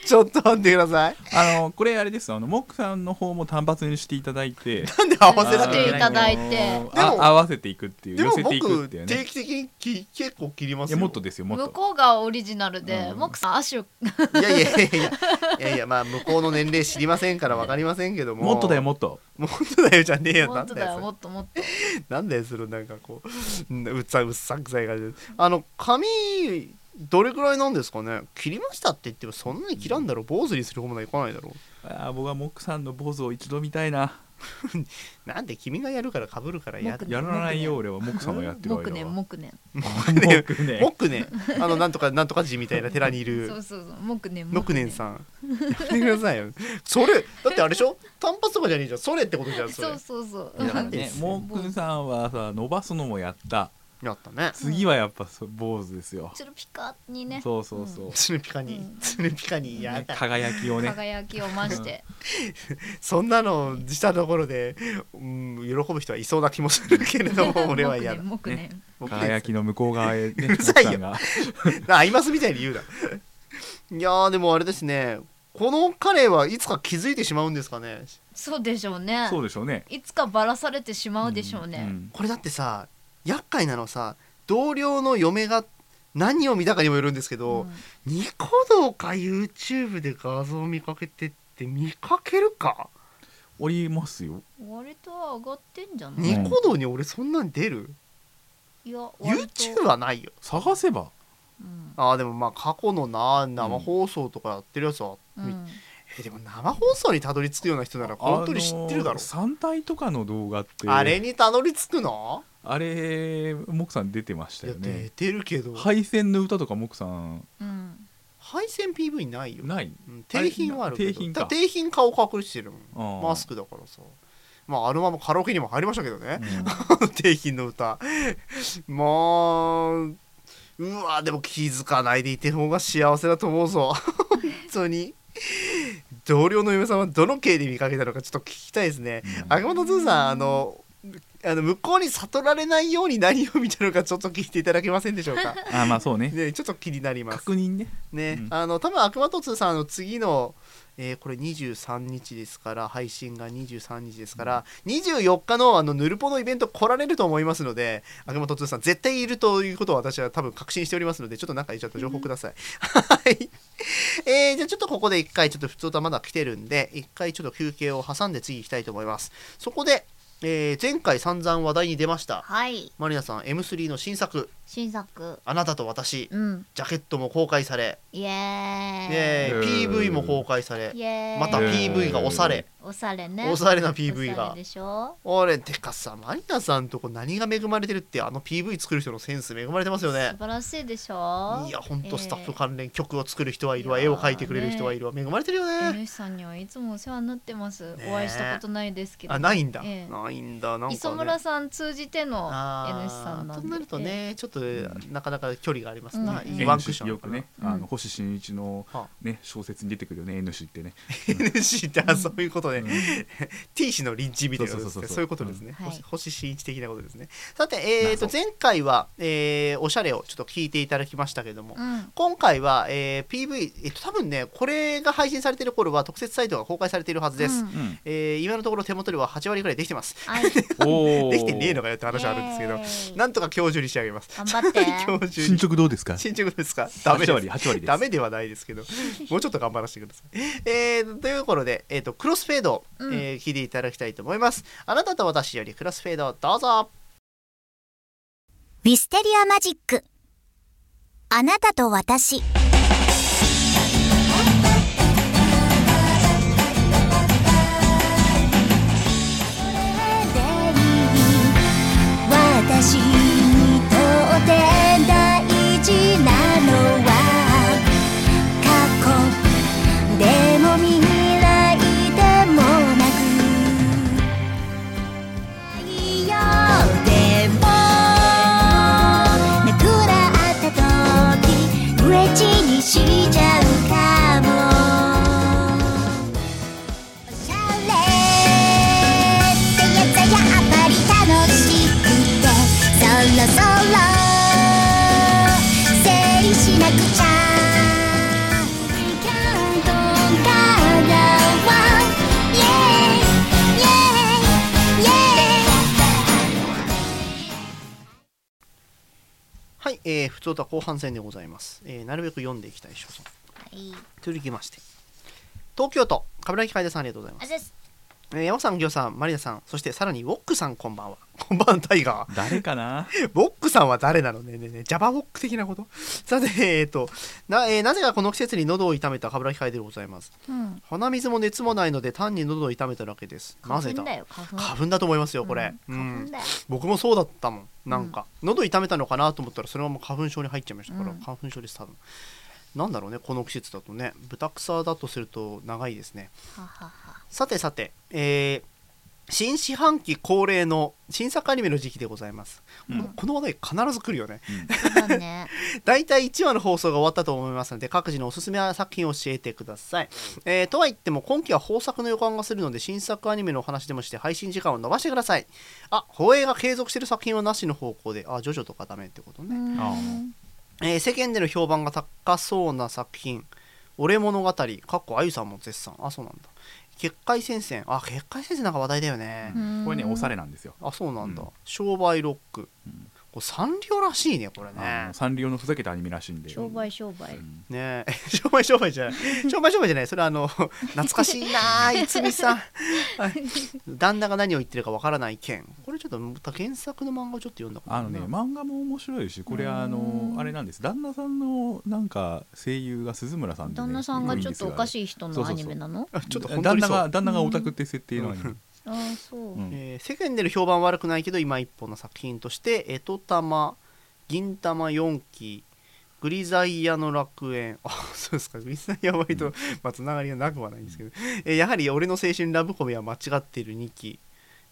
[SPEAKER 1] ちょっと待ってください
[SPEAKER 3] あのこれあれですあのモックさんの方も単発にしていただいて
[SPEAKER 1] なんで合わせなきゃいけないん
[SPEAKER 2] て
[SPEAKER 1] だ
[SPEAKER 2] いただいて
[SPEAKER 3] あの
[SPEAKER 1] でも
[SPEAKER 3] あ合わせていくっていう
[SPEAKER 1] で
[SPEAKER 3] 寄
[SPEAKER 1] も
[SPEAKER 3] せていく
[SPEAKER 1] 僕
[SPEAKER 3] っていう
[SPEAKER 1] 定
[SPEAKER 3] ね
[SPEAKER 1] 期的にき結構切りま
[SPEAKER 3] い
[SPEAKER 1] す
[SPEAKER 3] や
[SPEAKER 1] よ
[SPEAKER 3] もっとですよもっ
[SPEAKER 2] 向
[SPEAKER 3] と
[SPEAKER 2] こうがオリジナルで、
[SPEAKER 3] うん
[SPEAKER 2] モックさん足を
[SPEAKER 1] いやいやいやいやいやいやまあ向こうの年齢知りませんから分かりませんけども
[SPEAKER 3] もっとだよもっと
[SPEAKER 1] もっとだよじゃねえよ
[SPEAKER 2] も
[SPEAKER 1] な
[SPEAKER 2] っ
[SPEAKER 1] ん
[SPEAKER 2] と
[SPEAKER 1] だ
[SPEAKER 2] だよ
[SPEAKER 1] よ
[SPEAKER 2] も
[SPEAKER 1] そ
[SPEAKER 2] っともっと
[SPEAKER 1] れなんだよそれなんかこううんうっさうっさくさい感じあの髪どれくらいなんですかね切りましたって言ってもそんなに切らんだろう坊主にする方もないかないだろう
[SPEAKER 3] あー僕はモックさんの坊主を一度見たいな
[SPEAKER 1] なんで君がやるからかぶるからや
[SPEAKER 2] 僕
[SPEAKER 3] やらないよ俺はモクさんがやってる
[SPEAKER 2] 木
[SPEAKER 3] 間
[SPEAKER 2] 年
[SPEAKER 3] は
[SPEAKER 2] 木年
[SPEAKER 3] 僕ね
[SPEAKER 1] 木ねあのなんとかなんとか寺みたいな寺にいる
[SPEAKER 2] そうそうそう木年
[SPEAKER 1] 木年さんやめてくださいよそれだってあれでしょ単発とかじゃねえじゃんそれってことじゃんそれ
[SPEAKER 2] そうそうそう
[SPEAKER 3] だからねモクさんはさ伸ばすのもやった
[SPEAKER 1] やったね
[SPEAKER 3] 次はやっぱそ坊主ですよ
[SPEAKER 2] チュルピカにね
[SPEAKER 3] そうそうそう、
[SPEAKER 1] つるピカに
[SPEAKER 2] うん
[SPEAKER 1] つるピカにやだ
[SPEAKER 3] 輝きをね
[SPEAKER 2] 輝きを増して
[SPEAKER 1] そんなのしたところで、うん、喜ぶ人はいそうな気もするけれど も俺は嫌だ
[SPEAKER 2] 木年木年
[SPEAKER 1] 僕ね
[SPEAKER 3] 輝きの向こう側へ、ね、
[SPEAKER 1] うるさいよ
[SPEAKER 3] モクさんが
[SPEAKER 1] なアイマスみたいに言うないやーでもあれですねこの彼はいつか気づいてしまうんですかね
[SPEAKER 2] そうでしょうね
[SPEAKER 3] そうでしょうね
[SPEAKER 2] いつかばらされてしまうでしょうね、
[SPEAKER 3] ん
[SPEAKER 1] これだってさ厄介なのさ同僚の嫁が何を見たかにもよるんですけど、ニコ動か YouTube で画像見かけてって見かけるか、
[SPEAKER 3] おりますよ
[SPEAKER 2] うん割と上がってんじゃない、
[SPEAKER 3] ね
[SPEAKER 1] ニコ動に俺そんなん出る
[SPEAKER 2] いや割と、
[SPEAKER 1] ?YouTube はないよ
[SPEAKER 3] 探せば
[SPEAKER 2] うん
[SPEAKER 1] あーでもまあ過去のな生放送とかやってるやつは、
[SPEAKER 2] うん
[SPEAKER 1] えでも生放送にたどり着くような人なら本当に知ってるだろ
[SPEAKER 3] 三体とかの動画って
[SPEAKER 1] あれにたどり着くの
[SPEAKER 3] あれモクさん出てましたよ
[SPEAKER 1] いや出
[SPEAKER 3] ね
[SPEAKER 1] てるけど、
[SPEAKER 3] 配線の歌とかモクさん
[SPEAKER 2] うん
[SPEAKER 1] 配線 PV ないよ、
[SPEAKER 3] ない
[SPEAKER 1] うん、定品はあるけど
[SPEAKER 3] あれな定品か
[SPEAKER 1] だ定品顔隠してるもん
[SPEAKER 3] あー
[SPEAKER 1] マスクだからさまああのままカラオケにも入りましたけどね、
[SPEAKER 3] う
[SPEAKER 1] 定品の歌 まあうわでも気づかないでいてる方が幸せだと思うぞ 本当に同僚の嫁さんはどの系で見かけたのかちょっと聞きたいですね、
[SPEAKER 3] うん
[SPEAKER 1] 秋元通さんあのあの向こうに悟られないように何を見たのかちょっと聞いていただけませんでしょうか
[SPEAKER 3] んあーまあそうね
[SPEAKER 1] ねちょっと気になります
[SPEAKER 3] 確認ね
[SPEAKER 1] ね、
[SPEAKER 3] うん
[SPEAKER 1] あの多分悪魔とつさんの次の、えーこれ23日ですから配信が23日ですから、24日のあのヌルポのイベント来られると思いますので悪魔とつさん絶対いるということを私は多分確信しておりますのでちょっとなんか言っちゃった情報ください、 はい、えーじゃあちょっとここで一回ちょっと普通とまだ来てるんで一回ちょっと休憩を挟んで次行きたいと思いますそこで、えー前回散々話題に出ました
[SPEAKER 2] はい
[SPEAKER 1] マリナさん M3 の新作
[SPEAKER 2] 新作
[SPEAKER 1] 「あなたと私
[SPEAKER 2] う」ん
[SPEAKER 1] ジャケットも公開され
[SPEAKER 2] イエー
[SPEAKER 1] ね
[SPEAKER 2] イ
[SPEAKER 1] え
[SPEAKER 3] うん
[SPEAKER 1] PV も公開され
[SPEAKER 2] イエーイ
[SPEAKER 1] また PV がおされ
[SPEAKER 2] おされね
[SPEAKER 1] おされな PV
[SPEAKER 2] おされ
[SPEAKER 1] が
[SPEAKER 2] でしょ
[SPEAKER 1] 俺てかさマリナさんとこ何が恵まれてるってあの PV 作る人のセンス恵まれてますよね
[SPEAKER 2] 素晴らしいでしょ
[SPEAKER 1] いやほんとスタッフ
[SPEAKER 2] か
[SPEAKER 1] 関連曲を作る人はいるわ
[SPEAKER 2] い
[SPEAKER 1] 絵
[SPEAKER 2] やー
[SPEAKER 1] を描いてくれる人はいるわ恵まれてるよね
[SPEAKER 2] N さんにはいつもお世話になってま
[SPEAKER 1] ね
[SPEAKER 2] す
[SPEAKER 1] え
[SPEAKER 2] お会いしたことないですけど
[SPEAKER 1] あないんだ
[SPEAKER 2] ええ
[SPEAKER 1] ないんだなん
[SPEAKER 2] 磯
[SPEAKER 1] か
[SPEAKER 2] 村
[SPEAKER 1] ね
[SPEAKER 2] さん通じての N さ
[SPEAKER 1] あ
[SPEAKER 2] んな
[SPEAKER 1] ー
[SPEAKER 2] ん
[SPEAKER 1] と
[SPEAKER 2] で
[SPEAKER 1] なるとねちょっとなかなか距離がありますな
[SPEAKER 2] うん
[SPEAKER 1] いいワンクッション
[SPEAKER 3] よくね
[SPEAKER 2] うん
[SPEAKER 3] あの星新一の
[SPEAKER 1] は
[SPEAKER 3] ね小説に出てくるよね N 氏ってね
[SPEAKER 1] NC ってあそういうことね T 氏の臨時みたいなことです
[SPEAKER 3] そうそ
[SPEAKER 1] ね
[SPEAKER 3] うそうそう
[SPEAKER 1] そういうことですね、
[SPEAKER 2] うん
[SPEAKER 1] 星
[SPEAKER 2] はい
[SPEAKER 1] 星新一的なことですねさて、えー、と
[SPEAKER 3] まあそ
[SPEAKER 1] 前回は、えーおしゃれをちょっと聞いていただきましたけども、
[SPEAKER 2] うん
[SPEAKER 1] 今回は、えー PV、えっと、多分ねこれが配信されてる頃は特設サイトが公開されているはずです、
[SPEAKER 2] うん
[SPEAKER 3] うん
[SPEAKER 1] えー今のところ手元では8割ぐらいできてます
[SPEAKER 2] はい
[SPEAKER 3] おー
[SPEAKER 1] できてねえのかよって話はあるんですけ
[SPEAKER 2] イエ
[SPEAKER 1] ど
[SPEAKER 2] ーイ
[SPEAKER 1] なんとか今日中に仕上げます
[SPEAKER 2] 頑張って
[SPEAKER 1] 今日中
[SPEAKER 3] 進
[SPEAKER 1] に
[SPEAKER 3] 捗どうで すか
[SPEAKER 1] 進捗ですかダメです
[SPEAKER 3] 8割8割です
[SPEAKER 1] ダメではないです けど、もうちょっと頑張らせてください。えーというところで、えーと、クロスフェード、
[SPEAKER 2] うん
[SPEAKER 1] えー聞いていただきたいと思います。あなたと私よりクロスフェード、どうぞ。
[SPEAKER 4] ウィステリアマジック。あなたと私。私にとって大事なのは過去でも未来でもなく「いやでもなくなった時飢え死にしちゃうかも」「おしゃれってやつはやっぱり楽しくて」「そろそろ整理しなくちゃ」「キャンとからはイェイイェイイェイ」
[SPEAKER 1] はい、えー、普通とは後半戦でございます。えーなるべく読んでいきたい所存。
[SPEAKER 2] はい
[SPEAKER 1] 続きまして、東京 都、冠城楓さんありがとうございます。
[SPEAKER 2] あざっす
[SPEAKER 1] えー、山さん、行さん、マリナさん、そしてさらにウォックさん、こんばんは。こんばんはタイガー
[SPEAKER 3] 誰かな
[SPEAKER 1] ボックさんは誰なのねねえねえジャバボック的なことさて、えっ、とな、えーなぜかこの季節に喉を痛めた冠城楓でございます。
[SPEAKER 2] うん
[SPEAKER 1] 鼻水も熱もないので単に喉を痛めただけです。なぜ
[SPEAKER 2] 花粉
[SPEAKER 1] だ
[SPEAKER 2] だよ花粉
[SPEAKER 1] 花粉だと思いますよ、これ。う
[SPEAKER 2] うんん、花粉だよ
[SPEAKER 1] 僕もそうだったもん。なんか、喉痛めたのかなと思ったら、それはもう花粉症に入っちゃいましたから、
[SPEAKER 2] うん
[SPEAKER 1] 花粉症です、多分。なんだろうね、この季節だとね。ブタクサだとすると長いですね。
[SPEAKER 2] ははは
[SPEAKER 1] さてさて、えー新四半期恒例の新作アニメの時期でございます。
[SPEAKER 3] うん
[SPEAKER 1] このこの話題必ず来るよね。
[SPEAKER 2] そうだね
[SPEAKER 1] 大体1話の放送が終わったと思いますので各自のおすすめ作品を教えてください、えーとは言っても今期は豊作の予感がするので新作アニメのお話でもして配信時間を延ばしてくださいあ放映が継続してる作品はなしの方向であジョジョとかダメってこと
[SPEAKER 2] う
[SPEAKER 1] ね、
[SPEAKER 2] ん
[SPEAKER 3] あ
[SPEAKER 1] えー世間での評判が高そうな作品「俺物語」かっこあゆさんも絶賛あそうなんだ結界戦線あ結界戦線なんか話題だよね、
[SPEAKER 2] うん
[SPEAKER 3] これねおされなんですよ
[SPEAKER 1] あそうなんだ、
[SPEAKER 3] うん
[SPEAKER 1] 商売ロック、
[SPEAKER 3] うん
[SPEAKER 1] これサンリオらしいねこれ
[SPEAKER 3] あ
[SPEAKER 1] ね
[SPEAKER 3] のサンリオのふざけたアニメらしいんで
[SPEAKER 2] 商売商売
[SPEAKER 3] うん
[SPEAKER 1] ねえ 商売商売じゃない商売商売じゃないそれはあの懐かしいなあいつみさんはい旦那が何を言ってるかわからない件これちょっとまた原作の漫画をちょっと読んだこと
[SPEAKER 3] あのね
[SPEAKER 1] ないな
[SPEAKER 3] 漫画も面白いしこれあのあれなんです旦那さんのなんか声優が鈴村さんでね
[SPEAKER 2] 旦那さんがちょっとおか
[SPEAKER 3] い
[SPEAKER 2] しい人
[SPEAKER 3] そ
[SPEAKER 2] のア
[SPEAKER 3] うそうそう
[SPEAKER 2] ニメなの
[SPEAKER 1] あ ちょっと本当
[SPEAKER 3] 旦
[SPEAKER 1] に
[SPEAKER 3] 那
[SPEAKER 1] そう
[SPEAKER 3] が旦那がオタクって設定のアニメ
[SPEAKER 2] ああそう
[SPEAKER 3] うん
[SPEAKER 1] えー世間での評判悪くないけど今一本の作品として「えとたま」「銀玉四期」「グリザイヤの楽園」 あそうですかグリザイヤは割と、
[SPEAKER 3] うん
[SPEAKER 1] まあ、つながりがなくはないんですけど、えーやはり「俺の青春ラブコメ」は間違っている2期、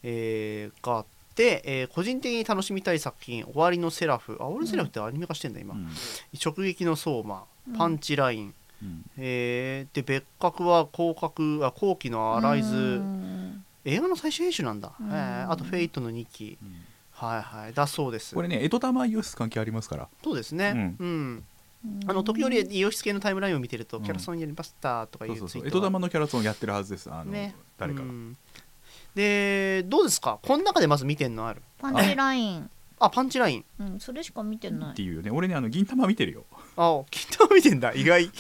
[SPEAKER 1] えーがあって、えー個人的に楽しみたい作品「終わりのセラフ」あ「終わりのセラフ」ってアニメ化してんだ今、
[SPEAKER 3] うん
[SPEAKER 1] 直撃の相馬
[SPEAKER 2] うん」
[SPEAKER 1] パンチライン、
[SPEAKER 3] うん
[SPEAKER 1] えーで別格は広角あ後期のアライズ、
[SPEAKER 2] うん
[SPEAKER 1] 映画の最終編集なんだ、
[SPEAKER 2] うん
[SPEAKER 1] えーあと「フェイトの2期
[SPEAKER 3] うん
[SPEAKER 1] はいはいだそうです
[SPEAKER 3] これね江戸玉イオシス関係ありますから
[SPEAKER 1] そうですねうん、あの時折イオシス系のタイムラインを見てると、
[SPEAKER 3] うん
[SPEAKER 1] キャラソンやりましたとかい
[SPEAKER 3] そう
[SPEAKER 1] う
[SPEAKER 3] そう
[SPEAKER 1] ツ
[SPEAKER 3] そ
[SPEAKER 1] イ
[SPEAKER 3] う
[SPEAKER 1] ー
[SPEAKER 3] 江
[SPEAKER 1] ト
[SPEAKER 3] 戸
[SPEAKER 1] が
[SPEAKER 3] 玉のキャラソンやってるはずですあの
[SPEAKER 1] ね
[SPEAKER 3] 誰か
[SPEAKER 1] う
[SPEAKER 3] が
[SPEAKER 1] んでどうですかこの中でまず見てんのある
[SPEAKER 2] パンチライン
[SPEAKER 1] あパンチライン
[SPEAKER 2] うんそれしか見てな
[SPEAKER 3] って
[SPEAKER 2] い
[SPEAKER 3] いうよね俺ねあの銀玉見てるよ
[SPEAKER 1] あきっと見てんだ意 外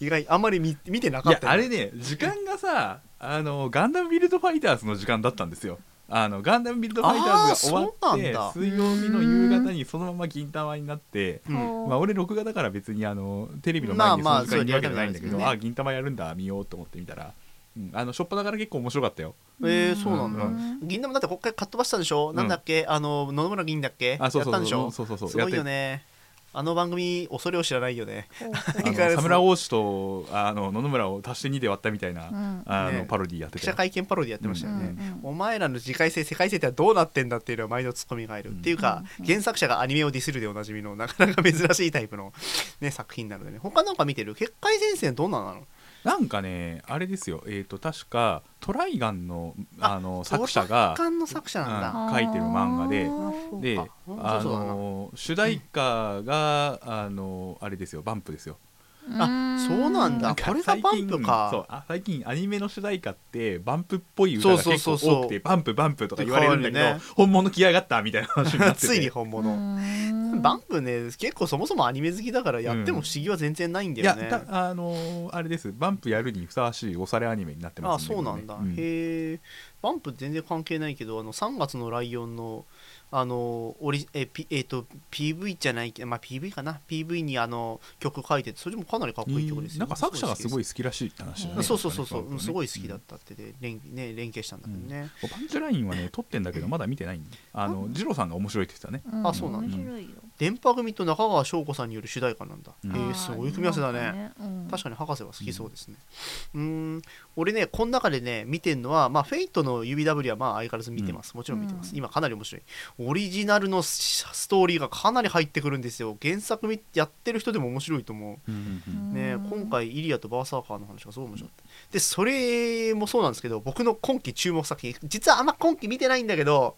[SPEAKER 1] 意外あんまり見見てないかっ
[SPEAKER 3] や
[SPEAKER 1] たよ
[SPEAKER 3] あれね時間がさあのガンダムビルドファイターズの時間だったんですよあのガンダムビルドファイターズが終
[SPEAKER 1] あー
[SPEAKER 3] わ
[SPEAKER 1] そうなんだ
[SPEAKER 3] って水曜日の夕方にそのまま銀玉になって
[SPEAKER 1] うん、
[SPEAKER 3] まあ、俺録画だから別にあのテレビの前に
[SPEAKER 1] まあまあ
[SPEAKER 3] その時間にいるわけじゃないんだけ
[SPEAKER 1] そう
[SPEAKER 3] ど、
[SPEAKER 1] リ
[SPEAKER 3] あ
[SPEAKER 1] アルタイムなんですけどね
[SPEAKER 3] あ銀玉やるんだ見ようと思ってみたら、うん、あの初っ端から結構面白かったよ
[SPEAKER 1] えー、そうなんだ、
[SPEAKER 2] うん
[SPEAKER 1] 銀玉だってこっからかっ飛ばしたんでしょ、なんだっけあの野々村銀だっけ
[SPEAKER 3] あそうそう
[SPEAKER 1] やった
[SPEAKER 3] そ
[SPEAKER 1] ん
[SPEAKER 3] う
[SPEAKER 1] でしょ
[SPEAKER 3] そうそうそう
[SPEAKER 1] すごいよ
[SPEAKER 3] やっ
[SPEAKER 1] ねあの番組恐れを知らないよね
[SPEAKER 2] ほうほう
[SPEAKER 3] てるあのサムラ王子とあの野々村を足して2で割ったみたいな、
[SPEAKER 2] うん
[SPEAKER 3] あの
[SPEAKER 1] ね
[SPEAKER 3] パロディやって
[SPEAKER 1] 記
[SPEAKER 3] て
[SPEAKER 1] 者会見パロディやってましたよ ね、
[SPEAKER 2] うんうん
[SPEAKER 1] お前らの次回性世界性ってのはどうなってんだっていうのは毎度ツッコミがいる、
[SPEAKER 3] うん
[SPEAKER 1] っていうか原作者がアニメをディスるでおなじみのなかなか珍しいタイプの、ね、作品なのでね他なんか見てる結界先生どんなのなの
[SPEAKER 3] なんかねあれですよえっ、と確かトライガンの
[SPEAKER 1] あ
[SPEAKER 3] あの作者が
[SPEAKER 1] 作家の作者なんだ、
[SPEAKER 3] うん書いてる漫画で
[SPEAKER 2] あ
[SPEAKER 1] そうか
[SPEAKER 3] で
[SPEAKER 1] うんそ
[SPEAKER 3] あ
[SPEAKER 1] うそうだな
[SPEAKER 3] の主題歌があのあれですよバンプですよ
[SPEAKER 1] あそうなんだ
[SPEAKER 3] なんか
[SPEAKER 1] これがバンプか
[SPEAKER 3] 最近そうあ最近アニメの主題歌ってバンプっぽい歌が結構
[SPEAKER 1] そう
[SPEAKER 3] 多くて
[SPEAKER 1] そうそうそう
[SPEAKER 3] バンプバンプとか言われるんだけど、
[SPEAKER 1] 変わるね
[SPEAKER 3] 本物来やがったみたいな話になってて
[SPEAKER 1] ついに本物、
[SPEAKER 2] うん
[SPEAKER 1] バンプね結構そもそもアニメ好きだからやっても不思議は全然ないんだ
[SPEAKER 3] い
[SPEAKER 1] よ
[SPEAKER 3] や
[SPEAKER 1] ね、
[SPEAKER 3] たあのーあれですバンプやるにふさわしいおされアニメになって
[SPEAKER 1] あ
[SPEAKER 3] ます
[SPEAKER 1] そうなんだ、へえバンプ全然関係ないけどあの3月のライオンのあのオリえピえー、と PV じゃないけど、まあ、PV かな PV にあの曲書いててそれもかなりかっこいい曲ですよ、
[SPEAKER 3] なんか作者がすご
[SPEAKER 1] い
[SPEAKER 3] い好きらしいって話
[SPEAKER 1] 好
[SPEAKER 3] だね
[SPEAKER 1] きですそうそうそうそう、
[SPEAKER 3] なんかね
[SPEAKER 1] うんすごい好きだったってで、連ね、連携したんだけどね、
[SPEAKER 3] うんパンチラインはね撮ってんだけどまだ見てないんであの二郎さんが面白いって言ってたね
[SPEAKER 1] あそうなんだ
[SPEAKER 2] 面白いよ
[SPEAKER 1] 電波組と中川翔子さんによる主題歌なんだ、
[SPEAKER 3] うん
[SPEAKER 1] へえすごい組み合わせだね確
[SPEAKER 2] か
[SPEAKER 1] かに博士は好きそうですね。うーん、俺ね、この中でね、見てるのは、まあ、フェイトの UBW はまあ相変わらず見てます。もちろん見てます。
[SPEAKER 2] うん
[SPEAKER 1] 今、かなり面白い。オリジナルのスストーリーがかなり入ってくるんですよ。原作みやってる人でも面白いと思う。ね、今回、イリアとバーサーカーの話がすごい面白かった。で、それもそうなんですけど、僕の今期注目作品、実はあんま今期見てないんだけど、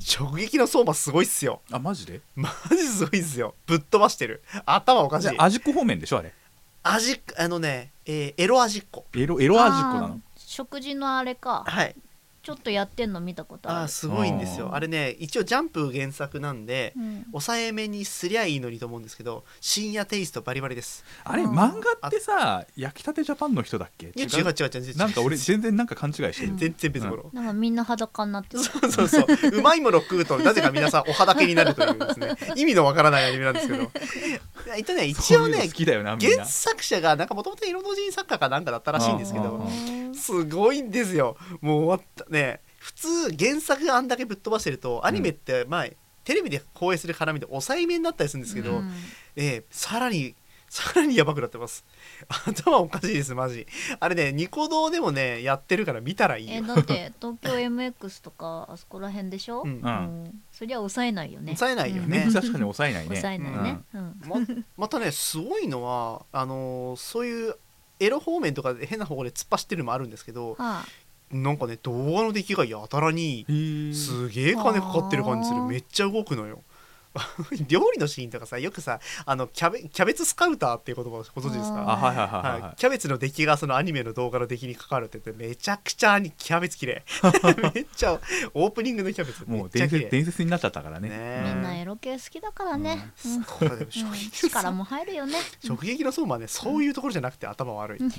[SPEAKER 1] 直撃の相馬すごいっすよ。
[SPEAKER 3] あマジで
[SPEAKER 1] マジすごいっすよ。ぶっ飛ばしてる。頭おかし
[SPEAKER 3] じゃ
[SPEAKER 1] い。
[SPEAKER 3] あ味子方面でしょあれ
[SPEAKER 1] 味、あのね、えーエロ味っ子。
[SPEAKER 3] エロエロ味子なの
[SPEAKER 2] 食事のあれか
[SPEAKER 1] はい。
[SPEAKER 2] ちちょっとやってんの見たこと
[SPEAKER 1] あ
[SPEAKER 2] あ
[SPEAKER 1] ー
[SPEAKER 2] る
[SPEAKER 1] すごいんですよ
[SPEAKER 3] あー
[SPEAKER 1] あれね一応ジャンプ原作なんで
[SPEAKER 2] うん
[SPEAKER 1] 抑えめにすりゃいいのにと思うんですけど深夜テイストバリバリです
[SPEAKER 3] あれ
[SPEAKER 2] うん
[SPEAKER 3] 漫画ってさ焼きたてジャパンの人だっけ
[SPEAKER 1] いや違う違う違う違う
[SPEAKER 3] なんか俺
[SPEAKER 1] 全
[SPEAKER 3] 全然なんか勘違いしてる
[SPEAKER 1] 然別物、
[SPEAKER 2] なんかみんな裸になってさ
[SPEAKER 1] そうそうそううまいもの食うとなぜか皆さんお裸になるというです ね意味のわからないアニメなんですけどえっとね一応
[SPEAKER 3] そういう
[SPEAKER 1] ね
[SPEAKER 3] の好きだよなみんな
[SPEAKER 1] 原作者がなんかもともと色の人作家かなんかだったらしいんですけ
[SPEAKER 3] う
[SPEAKER 1] ど
[SPEAKER 3] ん
[SPEAKER 1] すごいんですよもう終わったね普通原作があんだけぶっ飛ばしてるとアニメってまあテレビで放映する絡みで抑えめになったりするんですけど、
[SPEAKER 2] うん
[SPEAKER 1] ええさらにさらにやばくなってます 頭おかしいですマジあれねニコ動でもねやってるから見たらいい
[SPEAKER 2] え
[SPEAKER 1] よ、
[SPEAKER 2] だって東京 MX とかあそこら辺でしょ、
[SPEAKER 1] う
[SPEAKER 2] うん
[SPEAKER 1] ん
[SPEAKER 3] うん
[SPEAKER 2] そりゃ抑えないよね
[SPEAKER 1] 抑えないよ
[SPEAKER 3] メ
[SPEAKER 1] ね
[SPEAKER 3] イク確かに抑えないね
[SPEAKER 2] 抑えないね、うん
[SPEAKER 1] ままたねすごいのはあのーそういうエロ方面とかで変な方向で突っ走ってるのもあるんですけど
[SPEAKER 2] はあ、
[SPEAKER 1] なんかね動画の出来がやたらに
[SPEAKER 3] へー
[SPEAKER 1] すげえ金かかってる感じする
[SPEAKER 2] あー
[SPEAKER 1] めっちゃ動くのよ料理のシーンとかさよくさあのキャベキャベツスカウターっていう言葉ご存知です
[SPEAKER 3] あ
[SPEAKER 1] か
[SPEAKER 3] はいはいはい
[SPEAKER 1] は、
[SPEAKER 3] はい
[SPEAKER 1] キャベツの出来がそのアニメの動画の出来にかかるって言ってめちゃくちゃにキャベツ綺麗めっちゃオープニングのキャベツ
[SPEAKER 3] いも
[SPEAKER 1] めっ
[SPEAKER 3] う
[SPEAKER 1] ちゃ
[SPEAKER 3] 伝
[SPEAKER 1] 綺
[SPEAKER 3] 説
[SPEAKER 1] 麗
[SPEAKER 3] 伝説になっちゃったからね
[SPEAKER 1] ね
[SPEAKER 2] み
[SPEAKER 1] え
[SPEAKER 2] んなエロ系好きだからね、うんうん
[SPEAKER 1] これでも衝撃の
[SPEAKER 2] 力も入るよね
[SPEAKER 1] 直撃の相馬はねそういうところじゃなくて頭悪い
[SPEAKER 3] うん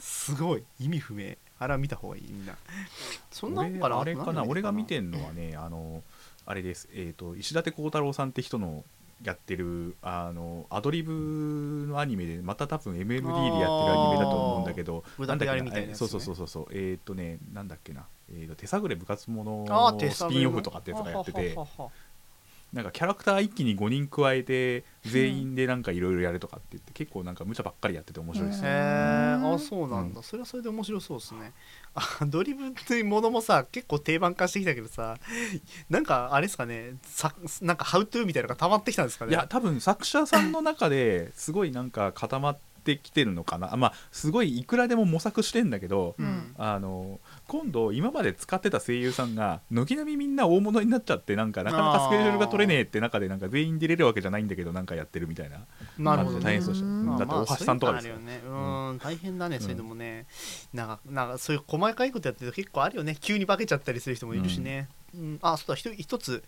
[SPEAKER 1] すごい意味不明あれは見た方がいいみんなそんなの
[SPEAKER 3] 俺
[SPEAKER 1] かな
[SPEAKER 3] あれかな俺が見て
[SPEAKER 1] ん
[SPEAKER 3] んのはねあのあれですえっ、と石立幸太郎さんって人のやってるあのアドリブのアニメでまた多分 MLD でやってるアニメだと思うんだけど
[SPEAKER 1] あー
[SPEAKER 3] だっけ
[SPEAKER 1] ブラックアリみたいなやつ
[SPEAKER 3] そ
[SPEAKER 1] ね
[SPEAKER 3] うそうそうそうそうえっ、とねなんだっけな、えー、と手探れ部活もの
[SPEAKER 1] あー手
[SPEAKER 3] ス
[SPEAKER 1] 探り
[SPEAKER 3] ピンオフとかってやつがやってて
[SPEAKER 1] はははは
[SPEAKER 3] なんかキャラクター一気に5人加えて全員でなんかいろいろやるとかって言って結構なんか無茶ばっかりやってて面白いですね、
[SPEAKER 1] へえあそうなんだ、それはそれで面白そうですねアドリブっていうものもさ結構定番化してきたけどさなんかあれですかねさなんかハウトゥーみたいなのが溜まってきたんですかね
[SPEAKER 3] いや多分作者さんの中ですごいなんか固まってきてるのかなあまあすごいいくらでも模索してんだけど、
[SPEAKER 1] うん
[SPEAKER 3] あの今度今まで使ってた声優さんが軒並みみんな大物になっちゃってなんかなかなかスケジュールが取れねえって中でなんか全員出れるわけじゃないんだけどなんかやってるみたいな
[SPEAKER 1] なるほ
[SPEAKER 3] 感
[SPEAKER 1] ど、
[SPEAKER 3] じで大
[SPEAKER 1] ね
[SPEAKER 3] 変そうでした、
[SPEAKER 2] うん
[SPEAKER 1] まあ
[SPEAKER 3] だって
[SPEAKER 1] まあ
[SPEAKER 3] 大橋さんとかです
[SPEAKER 1] そう
[SPEAKER 3] よ
[SPEAKER 1] いうのあるよねうん大変だねそういうのもね、なんかなんかそういう細かいことやってると結構あるよね急に化けちゃったりする人もいるしね、うんあそうだひと一つ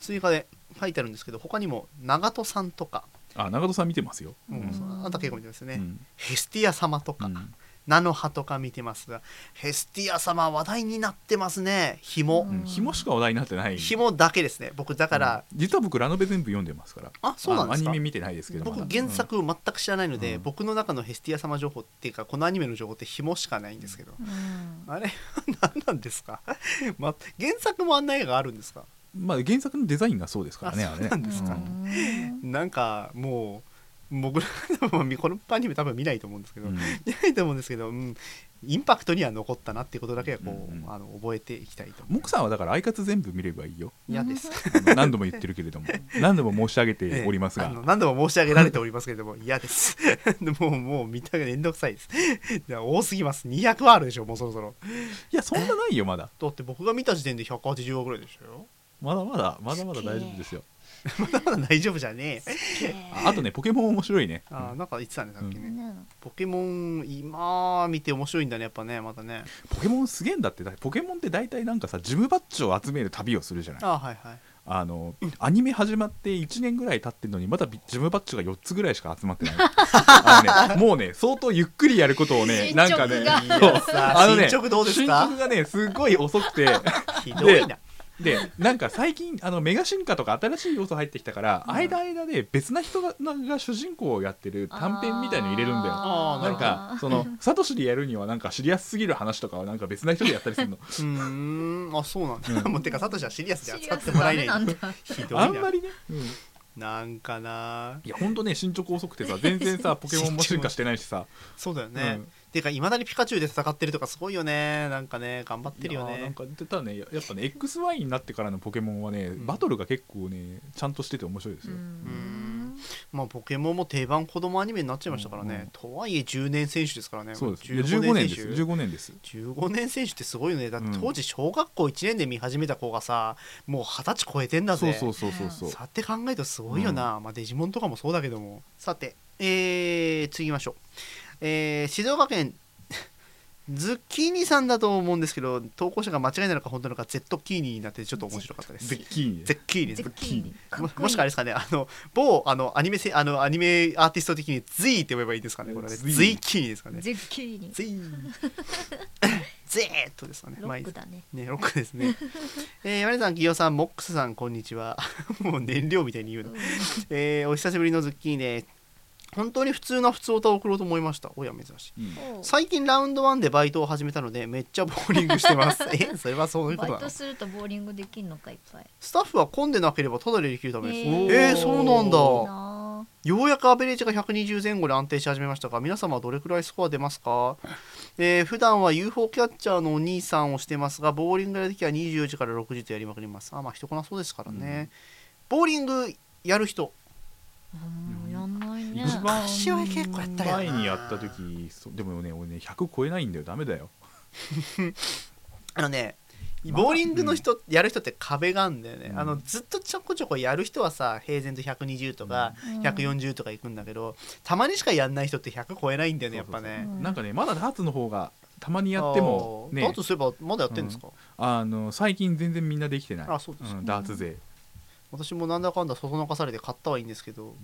[SPEAKER 1] 追加で書いてあるんですけど他にも長門さんとか、
[SPEAKER 3] あ長門さん見てますよ、
[SPEAKER 1] もうあんた結構見てますよね、
[SPEAKER 3] うん
[SPEAKER 1] ヘスティア様とか、
[SPEAKER 3] うん
[SPEAKER 1] 菜の葉とか見てますがヘスティア様話題になってますね紐、
[SPEAKER 3] うん、紐しか話題になってない
[SPEAKER 1] 紐だけですね僕だから、
[SPEAKER 3] うん実は僕ラノベ全部読んでますから
[SPEAKER 1] あそうなんですか
[SPEAKER 3] あのアニメ見てないですけど
[SPEAKER 1] 僕
[SPEAKER 3] まだ
[SPEAKER 1] 原作を全く知らないので、
[SPEAKER 3] うん
[SPEAKER 1] 僕の中のヘスティア様情報っていうかこのアニメの情報って紐しかないんですけど、
[SPEAKER 2] うん
[SPEAKER 1] あれ 何なんですか、 ま、原作もあんな映画あるんですか
[SPEAKER 3] まあ、原作のデザインがそうですからね
[SPEAKER 1] あ
[SPEAKER 3] あれ
[SPEAKER 1] そう
[SPEAKER 3] ね
[SPEAKER 1] なんですか
[SPEAKER 2] うん
[SPEAKER 1] なんかもう僕ら多分このアニメ多分見ないと思うんですけど、
[SPEAKER 3] うん
[SPEAKER 1] 見ないと思うんですけど、うん、インパクトには残ったなっていうことだけはこう、
[SPEAKER 3] うんうん
[SPEAKER 1] あの覚えていきたいと思い
[SPEAKER 3] モ
[SPEAKER 1] ま
[SPEAKER 3] ク
[SPEAKER 1] す
[SPEAKER 3] さんはだからアイカツ全部見ればいい よ
[SPEAKER 1] 嫌です
[SPEAKER 3] あの何度も言ってるけれども何度も申し上げております
[SPEAKER 1] ええあ
[SPEAKER 3] が
[SPEAKER 1] の、何度も申し上げられておりますけれども 嫌ですでもうもう見た目めんどくさいです いや多すぎます200はあるでしょもうそろそろ
[SPEAKER 3] いやそんなないよまだ
[SPEAKER 1] だって僕が見た時点で180話ぐらいでしたよ
[SPEAKER 3] まだまだまだまだ大丈夫ですよ
[SPEAKER 1] まだまだ大丈夫じゃねえ
[SPEAKER 3] ああとねポケモン面白いね
[SPEAKER 1] あーなんか言ってたねさっきね、
[SPEAKER 2] ね
[SPEAKER 1] ポケモン今見て面白いんだねやっぱねまた ね
[SPEAKER 3] ポケモンすげえんだってだポケモンって大体なんかさジムバッジを集める旅をするじゃない
[SPEAKER 1] あーはいはい
[SPEAKER 3] あのアニメ始まって1年ぐらい経ってるのにまだビジムバッジが4つぐらいしか集 まってないあの、ね、もうね相当ゆっくりやることをね
[SPEAKER 2] 進
[SPEAKER 3] なん
[SPEAKER 2] 捗
[SPEAKER 3] か
[SPEAKER 2] が
[SPEAKER 3] ね
[SPEAKER 1] いやさ
[SPEAKER 3] あのね
[SPEAKER 1] 進捗どうです
[SPEAKER 3] 進
[SPEAKER 1] か
[SPEAKER 3] 捗がねすごい遅くて
[SPEAKER 1] ひどいな
[SPEAKER 3] でなんか最近あのメガ進化とか新しい要素入ってきたから、
[SPEAKER 1] うん
[SPEAKER 3] 間間で別な人がが主人公をやってる 短編みたいの入れるんだよ
[SPEAKER 1] あー
[SPEAKER 3] なんかそのサトシでやるにはなんか知りやすすぎる話とかはなんか別な人でやったりするの
[SPEAKER 1] うーんあそうなんだ、
[SPEAKER 3] う ん
[SPEAKER 1] もうてかサトシはシリアスで
[SPEAKER 2] シリ
[SPEAKER 1] 扱
[SPEAKER 2] ア
[SPEAKER 1] って
[SPEAKER 2] ス
[SPEAKER 1] も
[SPEAKER 2] ダ
[SPEAKER 1] らえ
[SPEAKER 2] メ
[SPEAKER 1] な
[SPEAKER 2] ないんだ
[SPEAKER 1] ひど
[SPEAKER 3] あ
[SPEAKER 1] い
[SPEAKER 3] んま
[SPEAKER 1] な
[SPEAKER 3] りね、うんい
[SPEAKER 1] なんかな
[SPEAKER 3] やほんとね進捗遅くてさ全 然さポケモンも進化してないしさ
[SPEAKER 1] そうだよね、
[SPEAKER 3] うん
[SPEAKER 1] ていうかいまだにピカチュウで戦ってるとかすごいよねなんかね頑張ってるよ
[SPEAKER 3] いやーなん
[SPEAKER 1] ね
[SPEAKER 3] かただねややっぱね XY になってからのポケモンはね、
[SPEAKER 1] ん
[SPEAKER 3] バトルが結構ねちゃんとしてて面白いです
[SPEAKER 2] う
[SPEAKER 3] よ、
[SPEAKER 1] うーん
[SPEAKER 2] ん
[SPEAKER 1] まあポケモンも定番子供アニメになっちゃいましたからね、
[SPEAKER 3] うんうん
[SPEAKER 1] とはいえ10年選手ですからね
[SPEAKER 3] そうですいや
[SPEAKER 1] 15
[SPEAKER 3] 15
[SPEAKER 1] 年
[SPEAKER 3] 年です
[SPEAKER 1] 選手
[SPEAKER 3] 15年です
[SPEAKER 1] 15年選手ってすごいよねだって
[SPEAKER 3] うん
[SPEAKER 1] 当時小学校1年で見始めた子がさもう20歳超えてんだ
[SPEAKER 3] そう
[SPEAKER 1] ぜ
[SPEAKER 3] そうそうそうそう
[SPEAKER 1] さて考えるとすごいよな、まあ、デジモンとかもそうだけどもさてえー、次行きましょう、えー、静岡県 ズッキーニさんだと思うんですけど投稿者が間違いなのか本当なのかゼットキーニになってちょっと面白かったです
[SPEAKER 3] ゼッキーニ
[SPEAKER 1] ゼッキーニです
[SPEAKER 2] ゼッキーニ
[SPEAKER 1] ももしくはあれですかねあの某あのアニメせあのアニメアーティスト的にズイって呼べばいいんですかねこれはね
[SPEAKER 3] ズイ
[SPEAKER 1] ズイキーニですかね
[SPEAKER 2] ゼッキーニ
[SPEAKER 1] ゼイゼーっとですかね
[SPEAKER 2] ロ
[SPEAKER 1] まあい
[SPEAKER 2] ッ
[SPEAKER 1] い
[SPEAKER 2] ク
[SPEAKER 1] です
[SPEAKER 2] だね
[SPEAKER 1] ねロックです ねえー、マリさんギオさんモックスさんこんにちは もう燃料みたいに言うな、えーお久しぶりのズッキーニです本当に普通な普通歌を送ろうと思いましたおや珍しい
[SPEAKER 3] うん
[SPEAKER 1] 最近ラウンド1でバイトを始めたのでめっちゃボーリングしてます えそれはそういうこ
[SPEAKER 2] バイ
[SPEAKER 1] とな
[SPEAKER 2] ト
[SPEAKER 1] の
[SPEAKER 2] するとボーリングできんのかいっぱい
[SPEAKER 1] スタッフは混んでなければただでできるためです
[SPEAKER 2] へー
[SPEAKER 1] えー、そうなんだ
[SPEAKER 2] いい
[SPEAKER 1] よ
[SPEAKER 2] な
[SPEAKER 1] うやくアベレージが120前後で安定し始めましたが皆様はどれくらいスコア出ますか、えー、普段は UFO キャッチャーのお兄さんをしてますがボーリングやるときは24時から6時とやりまくりますあまあ人こなそうですからね、ボーリングやる人
[SPEAKER 2] あうんやんないね
[SPEAKER 3] 一番
[SPEAKER 1] 昔は結構やったよな
[SPEAKER 3] 前にやった時そうでもね俺ね100超えないんだよダメだよ
[SPEAKER 1] あのね
[SPEAKER 3] まあ
[SPEAKER 1] ボーリングの人、やる人って壁があるんだよね、
[SPEAKER 3] うん
[SPEAKER 1] あのずっとちょこちょこやる人はさ平然と120とか、
[SPEAKER 2] うん
[SPEAKER 1] 140とかいくんだけどたまにしかやんない人って100超えないんだよねやっぱね
[SPEAKER 2] うん
[SPEAKER 3] なんかねまだダーツの方がたまにやっても
[SPEAKER 1] あーだ
[SPEAKER 3] ね
[SPEAKER 1] とすればまだやってんですか、
[SPEAKER 3] あの最近全然みんなできてない
[SPEAKER 1] あそうですか
[SPEAKER 3] んダーツ勢
[SPEAKER 1] 私もなんだかんだそそのかされて買ったはいいんですけど、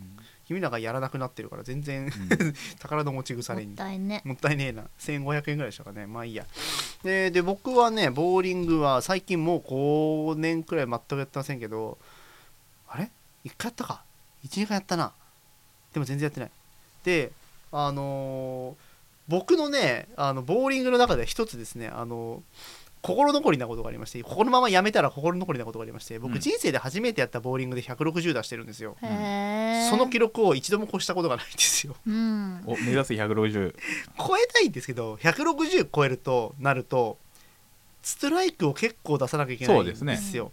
[SPEAKER 1] 君らがやらなくなってるから全然、 宝の持ち腐
[SPEAKER 2] も
[SPEAKER 1] れ
[SPEAKER 2] っ
[SPEAKER 1] に
[SPEAKER 2] たいね
[SPEAKER 1] もったいねえな1500円ぐらいでしたかねまあいいや、えーで僕はねボーリングは最近もう5年くらい全くやってませんけどあれ1回やったか12回やったなでも全然やってないであのー僕のねあのボーリングの中で一つですねあのー心残りなことがありましてこのままやめたら心残りなことがありまして
[SPEAKER 3] う
[SPEAKER 1] 僕
[SPEAKER 3] ん
[SPEAKER 1] 人生で初めてやったボーリングで160出してるんですよ、
[SPEAKER 2] へえ
[SPEAKER 1] その記録を一度も越したことがないんですよ
[SPEAKER 2] うん
[SPEAKER 3] お目指せ160
[SPEAKER 1] 超えたいんですけど160超えるとなるとストライクを結構出さなきゃいけないんですよ
[SPEAKER 3] そうです
[SPEAKER 2] ね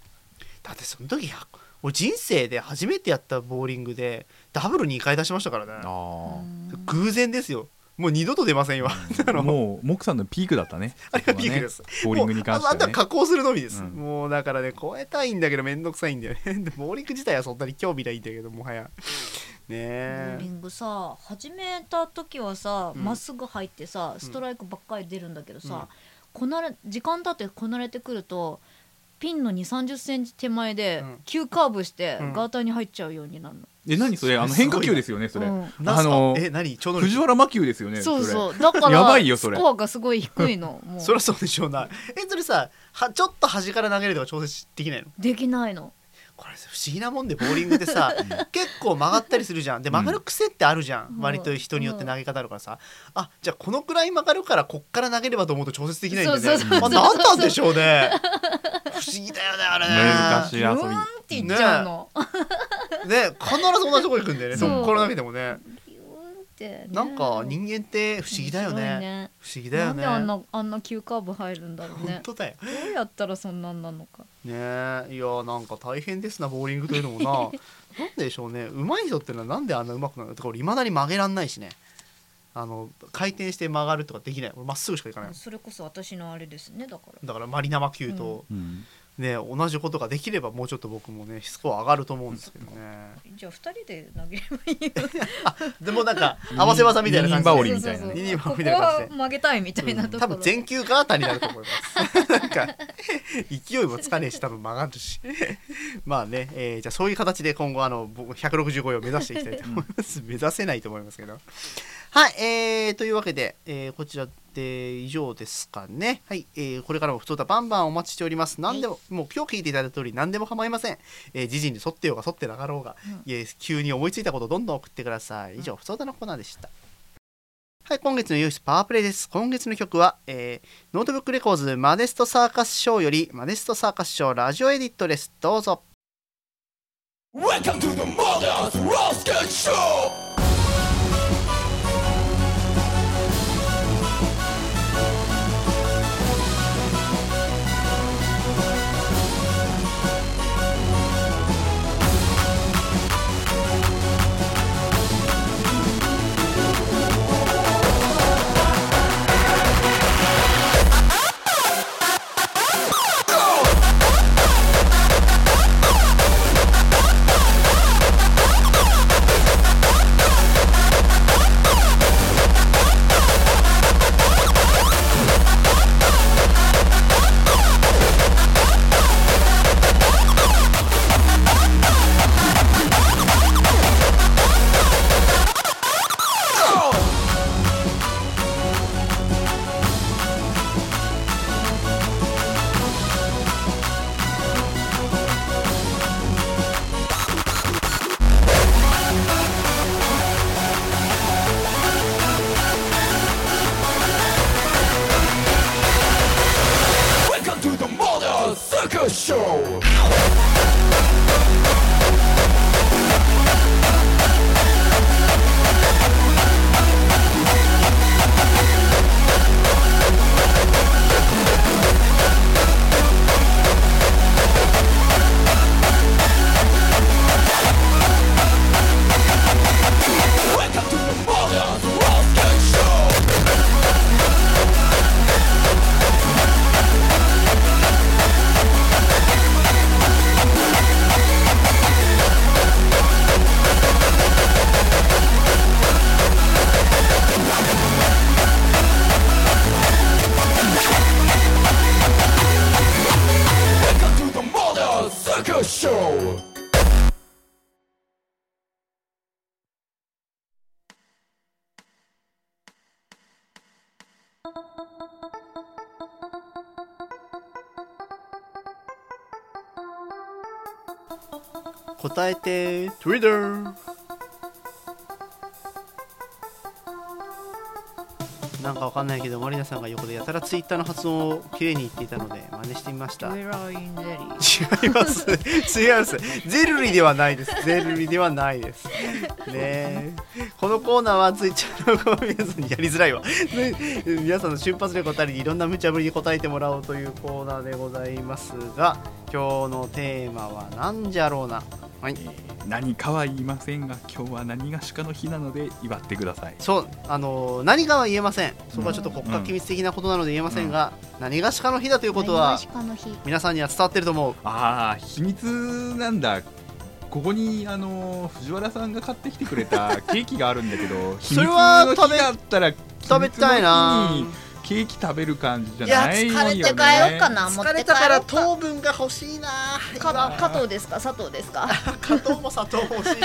[SPEAKER 1] だってその時100俺人生で初めてやったボーリングでダブル2回出しましたから
[SPEAKER 3] あ
[SPEAKER 1] ね
[SPEAKER 3] ー
[SPEAKER 1] 偶然ですよもう二度と出ませんよ あの
[SPEAKER 3] もうモクさんのピークだったね
[SPEAKER 1] あれがピークです
[SPEAKER 3] そこはねボーリングに関して
[SPEAKER 1] もうあ
[SPEAKER 3] は
[SPEAKER 1] あとは
[SPEAKER 3] ね
[SPEAKER 1] 加工するのみです、
[SPEAKER 3] うん
[SPEAKER 1] もうだからね超えたいんだけどめんどくさいんだよね でボーリング自体はそんなに興味ないんだけどもはやね
[SPEAKER 2] ボー
[SPEAKER 1] え
[SPEAKER 2] リングさ始めた時はさ
[SPEAKER 1] うん
[SPEAKER 2] ま、っすぐ入ってさストライクばっかり出るんだけどさ、こなれ時間経ってこなれてくるとピンの2 3 0センチ手前で
[SPEAKER 1] うん
[SPEAKER 2] 急カーブして
[SPEAKER 1] うん
[SPEAKER 2] ガーターに入っちゃうようになるの、
[SPEAKER 3] え何それあの変化球ですよねそれ、
[SPEAKER 2] うん
[SPEAKER 1] なん
[SPEAKER 3] あ
[SPEAKER 1] すか
[SPEAKER 3] の
[SPEAKER 1] え何超能力
[SPEAKER 3] 藤原真球ですよね
[SPEAKER 2] そう
[SPEAKER 3] れ
[SPEAKER 2] そうだから
[SPEAKER 3] やばいよそれ
[SPEAKER 2] スコアがすごい低いのもう
[SPEAKER 1] そりゃそうでしょうな。え、それさ、はちょっと端から投げるとか調整できないの
[SPEAKER 2] できないの
[SPEAKER 1] これさ不思議なもんで、ボーリングってさ、結構曲がったりするじゃん。で、曲がる癖ってあるじゃん。
[SPEAKER 2] うん
[SPEAKER 1] 割と人によって投げ方あるからさ。あ、じゃあこのくらい曲がるから、こっから投げればと思うと調節できないんだね。
[SPEAKER 2] そうそうそうそ
[SPEAKER 1] あ、
[SPEAKER 2] う
[SPEAKER 1] なんなんでしょう ね。不思議だよね、あれね。
[SPEAKER 3] 難しい遊び
[SPEAKER 2] うーんって言っちゃうの、
[SPEAKER 1] ね、必ず同じとこ行くんだよね。
[SPEAKER 2] そ
[SPEAKER 1] ど
[SPEAKER 2] う
[SPEAKER 1] っから投げてもね。
[SPEAKER 2] ビューンってね
[SPEAKER 1] なんか人間って不思議だよ
[SPEAKER 2] 面白い
[SPEAKER 1] ね。不思議だよ
[SPEAKER 2] なん
[SPEAKER 1] ね。
[SPEAKER 2] であんなあんな急カーブ入るんだろう
[SPEAKER 1] 本
[SPEAKER 2] ね
[SPEAKER 1] 当だよ。
[SPEAKER 2] どうやったらそんなんなのか
[SPEAKER 1] ねえいやなんか大変ですなボーリングというのもな なんでしょうね上手い人ってのはなんであんな上手くなるのとか俺いまだに曲げらんないしねあの回転して曲がるとかできない俺まっすぐしかいかない
[SPEAKER 2] それこそ私のあれですねだから
[SPEAKER 1] だからマリナマ級と、
[SPEAKER 3] うん
[SPEAKER 1] ね同じことができればもうちょっと僕もねスコア上がると思うんですけどね
[SPEAKER 2] じゃあ二人で投げればいいよ
[SPEAKER 1] でもなんか合わせ技みたいな感じで
[SPEAKER 3] 二人羽織みたいな
[SPEAKER 2] そうそうそう
[SPEAKER 1] 二人羽織
[SPEAKER 2] こ
[SPEAKER 1] み
[SPEAKER 2] こ
[SPEAKER 1] たいな感
[SPEAKER 2] は
[SPEAKER 1] じで
[SPEAKER 2] 曲げたいみたいなとこ
[SPEAKER 1] 多
[SPEAKER 2] ろ、
[SPEAKER 1] 分全球ガーターになると思います。なんか勢いもつかねえし多分曲がるしまあね、えーじゃあそういう形で今後あの僕165位を目指していきたいと思い ます目指せないと思いますけどはい、えーというわけで、えーこちらで以上ですかねはい、えーこれからも普通だバンバンお待ちしております何でももう今日聞いていただいた通り何でも構いません、えー、時事に沿ってようが沿ってなかろうが、いえ急に思いついたことをどんどん送ってください以上普通だのコーナーでしたはい、今月のユースパワープレイです。今月の曲は、えーノートブックレコーズマネストサーカスショーよりマネストサーカスショーラジオエディットです。どうぞ。
[SPEAKER 6] Welcome to the Mother's Rocket Show!
[SPEAKER 7] 「
[SPEAKER 1] 答えて Twitter なんかわかんないけどマリナさんが横でやたらツイッターの発音を綺麗に言っていたので真似してみました違
[SPEAKER 2] ウェラインデリー
[SPEAKER 1] います 違いますゼルリではないですゼルリではないですねえこのコーナーはツイッターの皆さんにやりづらいわ、 ね皆さんの瞬発力を頼りにいろんな無茶ぶりに答えてもらおうというコーナーでございますが今日のテーマは何じゃろうなはい
[SPEAKER 3] えー何かは言いませんが今日は何がしかの日なので祝ってください
[SPEAKER 1] そうあのー何かは言えませんそこはちょっと国家機密的なことなので言えませんが、何がしかの日だということは
[SPEAKER 4] 何がしかの日
[SPEAKER 1] 皆さんには伝わってると思う
[SPEAKER 3] ああ秘密なんだここにあのー藤原さんが買ってきてくれたケーキがあるんだけど 秘
[SPEAKER 1] そ
[SPEAKER 3] 密
[SPEAKER 1] れは
[SPEAKER 3] の日
[SPEAKER 1] 食べ
[SPEAKER 3] だったら
[SPEAKER 1] 食べたいな
[SPEAKER 3] 秘密の日にケーキ食べる感じじゃない
[SPEAKER 2] い
[SPEAKER 3] よ、ね、
[SPEAKER 2] や疲れて帰ろうかな持って
[SPEAKER 1] 疲
[SPEAKER 2] 帰ろうか
[SPEAKER 1] れたから糖分が欲しいな
[SPEAKER 2] か加藤ですか佐藤ですか
[SPEAKER 1] 加糖も砂糖も欲しいし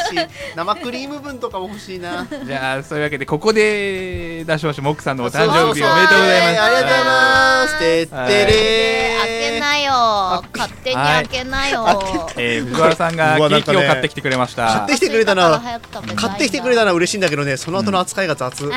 [SPEAKER 1] 生クリーム分とかも欲しいな
[SPEAKER 3] じゃあそういうわけでここで出しましょうモック さんのお誕生日おめでとうございます
[SPEAKER 1] ありがとうございますてってれー
[SPEAKER 2] 開けなよ勝手に開けなよ
[SPEAKER 3] えー藤原さんがケーキを買ってきてくれまし
[SPEAKER 1] 買
[SPEAKER 3] た
[SPEAKER 1] ってきてくれたな
[SPEAKER 2] 買ってきてくれたな
[SPEAKER 1] 買ってきてくれたのは嬉しいんだけどねその後の扱いが雑、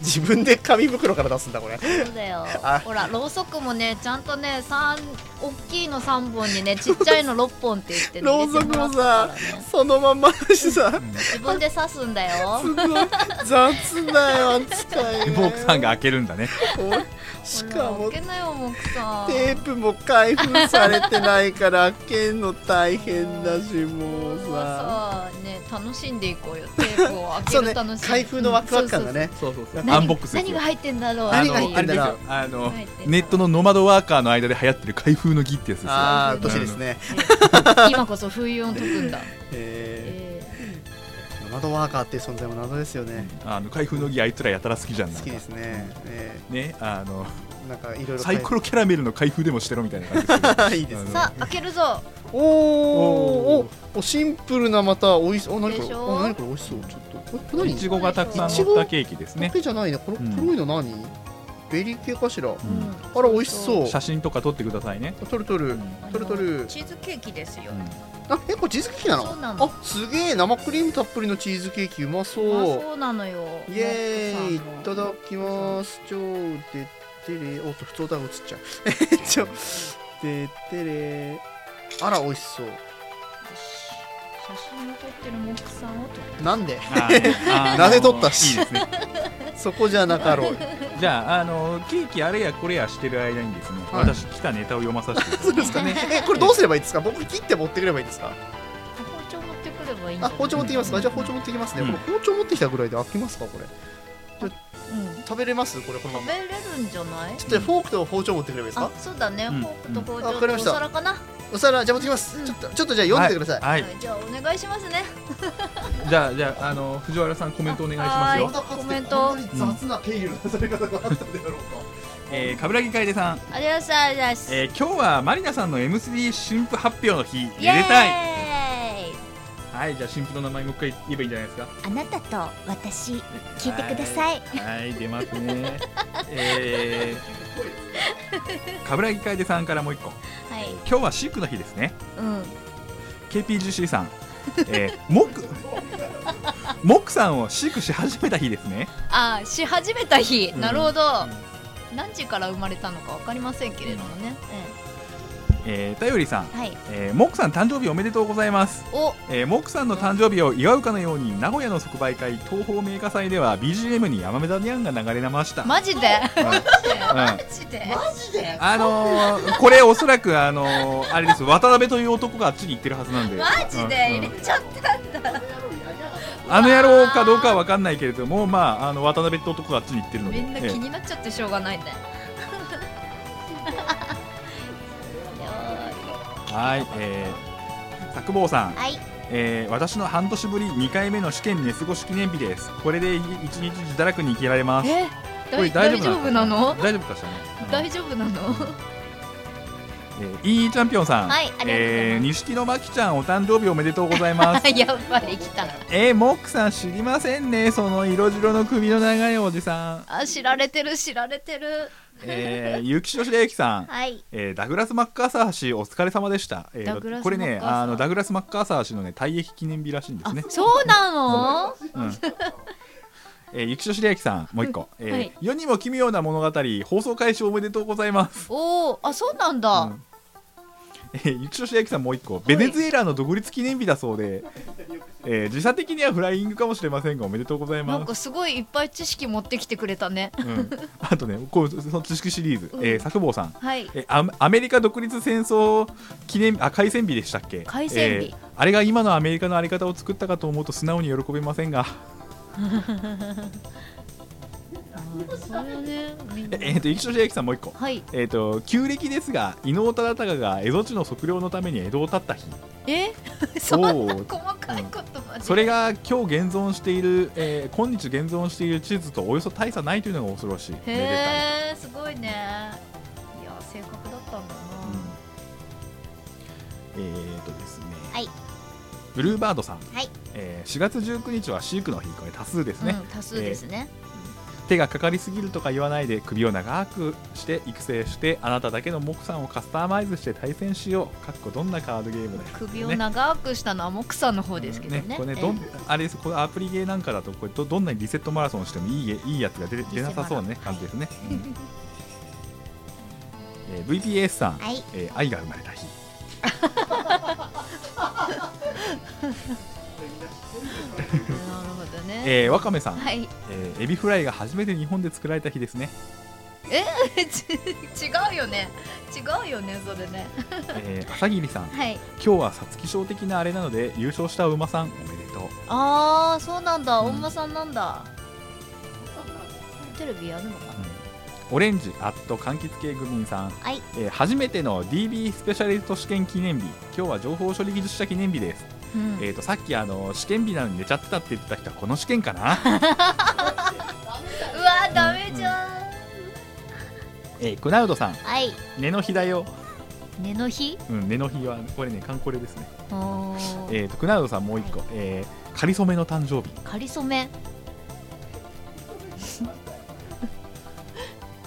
[SPEAKER 1] 自分で紙袋から出すんだこれ
[SPEAKER 2] そうだよ
[SPEAKER 1] あ
[SPEAKER 2] ほらろうそくもねちゃんとね三大きいの三本にねちっちゃいの六本って言ってね
[SPEAKER 1] ろう
[SPEAKER 2] 入
[SPEAKER 1] そ
[SPEAKER 2] れても
[SPEAKER 1] く
[SPEAKER 2] ら
[SPEAKER 1] もさ
[SPEAKER 2] ったからね
[SPEAKER 1] そのまんまだしさ
[SPEAKER 2] 自分で刺すんだ よ
[SPEAKER 1] すごい雑だよ扱い
[SPEAKER 3] モックさんが開けるんだね
[SPEAKER 1] おしか
[SPEAKER 2] ほら
[SPEAKER 1] も
[SPEAKER 2] 開けなよもくさん
[SPEAKER 1] テープも開封されてないから開けんの大変だしもう
[SPEAKER 2] そう
[SPEAKER 1] さ
[SPEAKER 2] さね楽しんでいこうよテープを開け
[SPEAKER 1] そう
[SPEAKER 2] る
[SPEAKER 1] ね
[SPEAKER 2] 楽しみ
[SPEAKER 1] 開封のワクワク感がね
[SPEAKER 3] そうそうそう
[SPEAKER 2] 何
[SPEAKER 3] アンボックスです
[SPEAKER 2] 何
[SPEAKER 3] よ
[SPEAKER 2] が入ってんだろう
[SPEAKER 1] 何が入ってんだろう
[SPEAKER 3] あのあ
[SPEAKER 2] 何が入
[SPEAKER 3] れ
[SPEAKER 2] っ
[SPEAKER 3] です
[SPEAKER 2] てんだろう
[SPEAKER 3] よあのネットのノマドワーカーの間で流行ってる開封の儀ってやつですよ
[SPEAKER 1] ああ年ですね、
[SPEAKER 2] 今こそ冬を解くんだ、
[SPEAKER 1] え
[SPEAKER 2] えー
[SPEAKER 1] ー、ノマドワーカーっていう存在も謎ですよね、
[SPEAKER 3] あの開封の儀あいつらやたら好きじゃんなんか
[SPEAKER 1] 好きですね、え
[SPEAKER 3] ねあの
[SPEAKER 1] ー、なんかいろいろ
[SPEAKER 3] サイコ
[SPEAKER 1] ロ
[SPEAKER 3] ロキャラメルの開封でもしてろみたいな感じですよ
[SPEAKER 1] いい ですね
[SPEAKER 3] うん
[SPEAKER 2] さあ開けるぞ
[SPEAKER 1] おーお
[SPEAKER 3] おー
[SPEAKER 1] おシンプルなまたおいしお何こ
[SPEAKER 2] でし
[SPEAKER 1] れ
[SPEAKER 2] ょ
[SPEAKER 1] お何これ美味しそうちょっとこれ
[SPEAKER 3] い
[SPEAKER 1] 何
[SPEAKER 3] ちごがたくさ
[SPEAKER 1] い
[SPEAKER 3] ん
[SPEAKER 1] ち
[SPEAKER 3] 乗っ
[SPEAKER 1] ご
[SPEAKER 3] たケーキです
[SPEAKER 1] だ
[SPEAKER 3] ね、
[SPEAKER 1] けじゃないねこの
[SPEAKER 3] うん
[SPEAKER 1] 黒いの何、ベリー系かしらあ
[SPEAKER 3] うん
[SPEAKER 1] ら美味しそう
[SPEAKER 3] 写真とか撮ってくださいね、
[SPEAKER 1] 取る取る
[SPEAKER 3] うん
[SPEAKER 1] 取る取る
[SPEAKER 2] チーズケーキですよ、
[SPEAKER 1] あえこれチーズケーキなの
[SPEAKER 2] そうなの
[SPEAKER 1] あすげえ生クリームたっぷりのチーズケーキうまそう
[SPEAKER 2] まあそうなのよ
[SPEAKER 1] イエーイいただきますすちょーてってれおっと普通歌が映っちゃう えちょてってれあら美味しそう
[SPEAKER 2] 写真を撮ってるモックさんを撮って
[SPEAKER 1] なんで
[SPEAKER 3] あーあ ー
[SPEAKER 1] なぜ撮ったし
[SPEAKER 3] いいですね
[SPEAKER 1] そこじゃなかろう
[SPEAKER 3] じゃああのケーキあれやこれやしてる間にですね、
[SPEAKER 1] はい
[SPEAKER 3] 私来たネタを読まさせていただきます
[SPEAKER 1] そうですかねえこれどうすればいいですか僕切って持ってくればいいですか
[SPEAKER 2] 包丁持ってくればいいんじ
[SPEAKER 1] あ
[SPEAKER 2] ゃない
[SPEAKER 1] 包丁持ってきますかじゃあ包丁持ってきますね、
[SPEAKER 3] うん
[SPEAKER 1] これ包丁持ってきたぐらいで開きますかこれ
[SPEAKER 2] うん
[SPEAKER 1] 食べれますこれこのま
[SPEAKER 2] 食
[SPEAKER 1] ま
[SPEAKER 2] べれるんじゃない
[SPEAKER 1] ちょっとフォークと包丁持ってくればいいです
[SPEAKER 2] あ
[SPEAKER 1] か
[SPEAKER 2] そうだね、
[SPEAKER 3] うん
[SPEAKER 2] フォークと包
[SPEAKER 1] うんあわかりま
[SPEAKER 2] 丁とお
[SPEAKER 1] した
[SPEAKER 2] 皿かな、
[SPEAKER 1] お皿じゃあ持ってきます、
[SPEAKER 2] うん
[SPEAKER 1] ちょっとちょっとじゃあ読んでください、
[SPEAKER 3] はい、
[SPEAKER 2] はいじゃあお願いしますね
[SPEAKER 3] はいじゃあじゃああの藤原さんコメントお願いします
[SPEAKER 2] は
[SPEAKER 3] よ
[SPEAKER 2] い。コメント
[SPEAKER 1] 雑なペイルのされ方があったであろうか
[SPEAKER 3] えー、冠城楓さん、
[SPEAKER 2] ありがとうございます
[SPEAKER 3] えー、今日はマリナさんの M3 新婦発表の日
[SPEAKER 2] イ
[SPEAKER 3] めでたい。
[SPEAKER 2] エーイ
[SPEAKER 3] はいじゃあ新婦の名前もう一回言えばいいんじゃないですか。
[SPEAKER 7] あなたと私聞いてください
[SPEAKER 3] はい。はい出ますね。えー、冠城楓さんからもう一個。
[SPEAKER 2] はい
[SPEAKER 3] 今日は飼育の日ですね。
[SPEAKER 2] うん、
[SPEAKER 3] KPGC さん、えー、モックモックさんを飼育し始めた日ですね。
[SPEAKER 2] あーし始めた日、
[SPEAKER 3] うん
[SPEAKER 2] なるほど、何時から生まれたのかわかりませんけれどもね、
[SPEAKER 3] えー、たよりさん、
[SPEAKER 2] うんはい
[SPEAKER 3] えー、モックさん誕生日おめでとうございます。
[SPEAKER 2] お
[SPEAKER 3] えー、モックさんの誕生日を祝うかのように名古屋の即売会東宝名家祭では BGM に山目田ニャンが流れました、
[SPEAKER 2] マジで
[SPEAKER 3] うんうん
[SPEAKER 2] マジで
[SPEAKER 3] あのー、これおそらくあのー、あれです渡辺という男があっちに行ってるはずなんで
[SPEAKER 2] マジで
[SPEAKER 3] うんう
[SPEAKER 2] 入
[SPEAKER 3] ん
[SPEAKER 2] れちゃったんだ
[SPEAKER 3] あの野郎かどうかは分かんないけれどもまああの渡辺という男があっちに行ってるので
[SPEAKER 2] みんな
[SPEAKER 3] ええ
[SPEAKER 2] 気になっちゃってしょうがないねよーい
[SPEAKER 3] はいえー、作坊さん、
[SPEAKER 7] はい
[SPEAKER 3] えー私の半年ぶり2回目の試験寝過ごし記念日ですこれで一日中自堕落に生きられます
[SPEAKER 2] え
[SPEAKER 3] これ
[SPEAKER 2] 大大丈夫な
[SPEAKER 3] の
[SPEAKER 2] の
[SPEAKER 3] 大丈夫かしらね、うん
[SPEAKER 2] 大丈夫なの
[SPEAKER 3] えー、いいチャンピオンさん、
[SPEAKER 2] はいありがとうございます
[SPEAKER 3] えー錦野真紀ちゃんお誕生日おめでとうござい ます
[SPEAKER 2] やっぱり来た
[SPEAKER 3] えー、モックさん知りませんねその色白の首の長いおじさん、
[SPEAKER 2] あ知られてる知られてる
[SPEAKER 3] え ー、結城俊之さん、
[SPEAKER 2] はい
[SPEAKER 3] えーダグラス・マッカーサー氏お疲れ様でした、えー
[SPEAKER 2] ダグラス
[SPEAKER 3] これね
[SPEAKER 2] マッカーサー
[SPEAKER 3] あのダグラス・マッカーサー氏のね退役記念日らしいんですね
[SPEAKER 2] そうなの
[SPEAKER 3] えー、ゆきしょしれあきさん、 もう一個、えー
[SPEAKER 2] はい
[SPEAKER 3] 世にも奇妙な物語、放送開始おめでとうございます。
[SPEAKER 2] おおあそうなんだ、
[SPEAKER 3] うんえー、ゆきしょしれあきさん、もう一個、ベネズエラの独立記念日だそうで、えー時差的にはフライングかもしれませんが、おめでとうござい
[SPEAKER 2] なん
[SPEAKER 3] ま
[SPEAKER 2] か
[SPEAKER 3] す。
[SPEAKER 2] すごいいっぱい知識持ってきてくれたね
[SPEAKER 3] うん、 あとね、こうその知識シリーズ、
[SPEAKER 2] うん
[SPEAKER 3] えー作坊さん。
[SPEAKER 2] はい
[SPEAKER 3] えーアアメリカ独立戦争記念あ開戦日でしたっけ
[SPEAKER 2] 開戦日
[SPEAKER 3] えーあれが今のアメリカのあり方を作ったかと思うと素直に喜べませんが
[SPEAKER 2] それねみんな
[SPEAKER 3] えー、とゆきしょしれあきさんもう一個
[SPEAKER 2] はい
[SPEAKER 3] えー、と旧暦ですが伊能忠敬が蝦夷地の測量のために江戸を立った日
[SPEAKER 2] えそんな
[SPEAKER 3] お
[SPEAKER 2] 細
[SPEAKER 3] ー
[SPEAKER 2] かいことまで
[SPEAKER 3] それが今日現存している、えー今日現存している地図とおよそ大差ないというのが恐ろしいめでたい
[SPEAKER 2] へえすごいねいや性格だったんだな
[SPEAKER 3] うんえー、とですね、
[SPEAKER 4] はい
[SPEAKER 3] ブルーバードさん、
[SPEAKER 4] はい
[SPEAKER 3] えー4月19日は飼育の日これ多数ですね、
[SPEAKER 2] うん、多数ですね、
[SPEAKER 3] 手がかかりすぎるとか言わないで首を長くして育成してあなただけのモクさんをカスタマイズして対戦しようかっこどんなカードゲームだよ
[SPEAKER 2] 首を長くしたのはモクさんの方ですけどね
[SPEAKER 3] これねどんあれですこれアプリゲーなんかだとこれどどんなにリセットマラソンしてもいいえいいやつが出て出なさそうな、ね、感じですね。うんえー VPS さん、
[SPEAKER 4] はい
[SPEAKER 3] えー愛が生まれた日。
[SPEAKER 2] ええなるほどね、
[SPEAKER 3] えー、わかめさん、
[SPEAKER 2] はい
[SPEAKER 3] えーエビフライが初めて日本で作られた日ですね。
[SPEAKER 2] ち 違うよね違うよねそれね
[SPEAKER 3] えー、朝霧さん、
[SPEAKER 2] はい
[SPEAKER 3] 今日は皐月賞的なあれなので優勝した馬さんおめでとう。
[SPEAKER 2] ああそうなんだ
[SPEAKER 3] うん
[SPEAKER 2] お馬さんなんだ、テレビやるのかな
[SPEAKER 3] オレンジアット柑橘系グミンさん、
[SPEAKER 4] はい
[SPEAKER 3] えー初めての DB スペシャリスト試験記念日今日は情報処理技術者記念日です
[SPEAKER 2] うん
[SPEAKER 3] えー、とさっきあの試験日なのに寝ちゃってたって言ってた人はこの試験かな、
[SPEAKER 2] うわーダメじゃん、
[SPEAKER 3] えークナウドさん
[SPEAKER 2] はい
[SPEAKER 3] 寝の日だよ、
[SPEAKER 2] 根の日
[SPEAKER 3] うん、寝の日はこれね観光例ですね、
[SPEAKER 2] おー
[SPEAKER 3] えー、とクナウドさんもう一個、えー、かりそめの誕生日、
[SPEAKER 2] かりそめ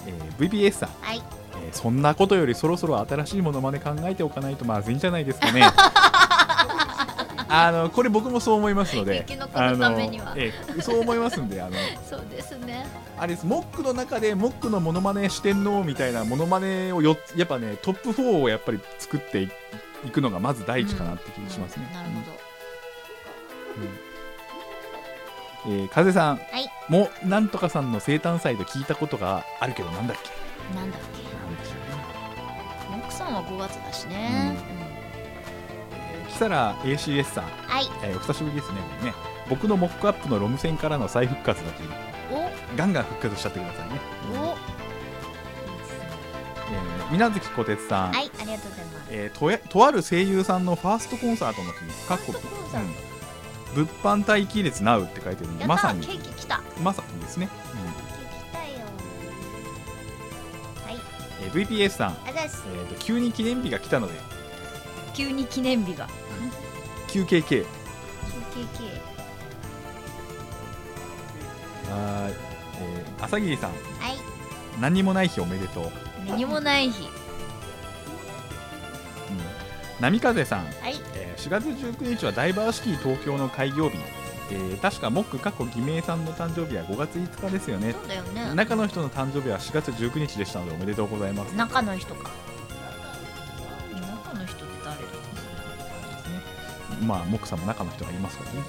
[SPEAKER 3] えー VPS さん、
[SPEAKER 4] はい
[SPEAKER 3] えーそんなことよりそろそろ新しいものまね考えておかないとまずいんじゃないです かねあのこれ僕もそう思いますので
[SPEAKER 2] 生き残るためには
[SPEAKER 3] あのえーそう思いますんであの
[SPEAKER 2] そうですね
[SPEAKER 3] あれですモックの中でモックのモノマネ四天王みたいなモノマネをよやっぱねトップ4をやっぱり作っていいくのがまず第一かなって気がしますね、
[SPEAKER 2] なるほど
[SPEAKER 3] えー風さん、
[SPEAKER 4] い
[SPEAKER 3] もなんとかさんの生誕祭と聞いたことがあるけどなんだっけ
[SPEAKER 2] なんだっ
[SPEAKER 3] なんでしょうね
[SPEAKER 2] けモクさんは5月だしね、
[SPEAKER 3] えーキサラ ACS さん、
[SPEAKER 4] はい
[SPEAKER 3] えーお久しぶりですねもうね僕のモックアップのロム線からの再復活だというガンガン復活しちゃってくださいね、
[SPEAKER 2] おお
[SPEAKER 3] えー、水無月小鉄さん、
[SPEAKER 4] はいありがとうございます
[SPEAKER 3] えーとやとある声優さんのファーストコンサートの日かっこ、
[SPEAKER 2] ファーストコンサー
[SPEAKER 3] うん物販待機列なうって書いてるん
[SPEAKER 2] やった
[SPEAKER 3] で
[SPEAKER 2] ー
[SPEAKER 3] まさに
[SPEAKER 2] ケーキ来た
[SPEAKER 3] まさにですね、
[SPEAKER 4] 聞きたいよ
[SPEAKER 3] うんえー VPS さん、
[SPEAKER 4] あざす
[SPEAKER 3] えーと急に記念日が来たので
[SPEAKER 2] 急に記念日が
[SPEAKER 3] QKK
[SPEAKER 2] QKK
[SPEAKER 3] はーい、えー、朝霧さん
[SPEAKER 4] はい
[SPEAKER 3] 何にもない日おめでとう、うん、
[SPEAKER 2] 何もない日
[SPEAKER 3] 波風さん、
[SPEAKER 4] はい
[SPEAKER 3] えー4月19日はダイバーシティ東京の開業日、えー確かモック過去偽名さんの誕生日は5月5日ですよね
[SPEAKER 2] そうだよね
[SPEAKER 3] 中の人の誕生日は4月19日でしたのでおめでとうございます
[SPEAKER 2] 中の人か中の人って誰だ
[SPEAKER 3] まあ、モックさんも中の人がいますからね。ね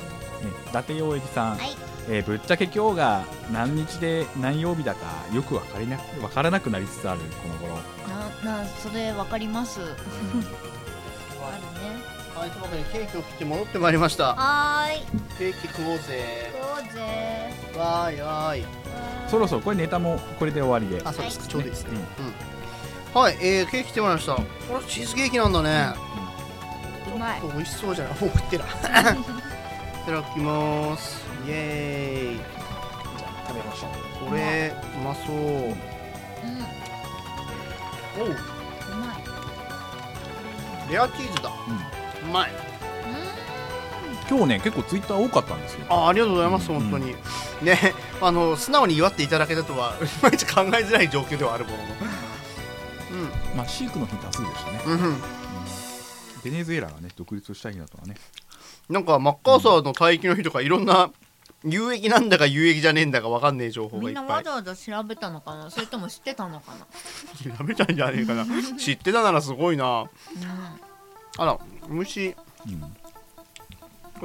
[SPEAKER 3] 伊達洋一さん、
[SPEAKER 4] はい
[SPEAKER 3] えーぶっちゃけ今日が何日で何曜日だかよくわかりなわからなくなりつつあるこの頃。
[SPEAKER 2] ななそれわかり ます。あるね。
[SPEAKER 1] はい、ともかくケーキを切って戻ってまいりました。
[SPEAKER 2] はーい。
[SPEAKER 1] ケーキ食おうぜ。
[SPEAKER 2] どうぜ。
[SPEAKER 1] わーいわーい。
[SPEAKER 3] そろそろこれネタもこれで終わりで。
[SPEAKER 1] あ、そうですか。ちょうどいいですね
[SPEAKER 3] う
[SPEAKER 1] う
[SPEAKER 3] ん。
[SPEAKER 1] ん。はい、えー、ケーキ来てもらいました。これチーズケーキなんだね。
[SPEAKER 2] うまい。
[SPEAKER 1] 美味しそうじゃない。もう食ってら。いただきます。イエーイ。
[SPEAKER 3] 食べましょう。
[SPEAKER 1] これうまそう。
[SPEAKER 2] うん。
[SPEAKER 1] おう。
[SPEAKER 2] うまい。
[SPEAKER 1] レアチーズだうまい
[SPEAKER 3] 今日ね結構ツイッター多かったんですよ
[SPEAKER 1] あありがとうございます本当に、ねあの素直に祝っていただけたとは 毎日考えづらい状況ではあるものの
[SPEAKER 3] まあ飼育の日多数でしたね
[SPEAKER 1] うんうん
[SPEAKER 3] ベネズエラがね独立した日だとはね
[SPEAKER 1] なんかマッカーサーの待機の日とかいろんな有益なんだか有益じゃねえんだかわかんねえ情報がい
[SPEAKER 2] み
[SPEAKER 1] っ
[SPEAKER 2] んな
[SPEAKER 1] ぱ
[SPEAKER 2] わ
[SPEAKER 1] い
[SPEAKER 2] ざわざ調べたのかなそれとも知ってたのかな、
[SPEAKER 1] やめたんじゃねえかな知ってたならすごいなあら虫
[SPEAKER 3] うん
[SPEAKER 1] こ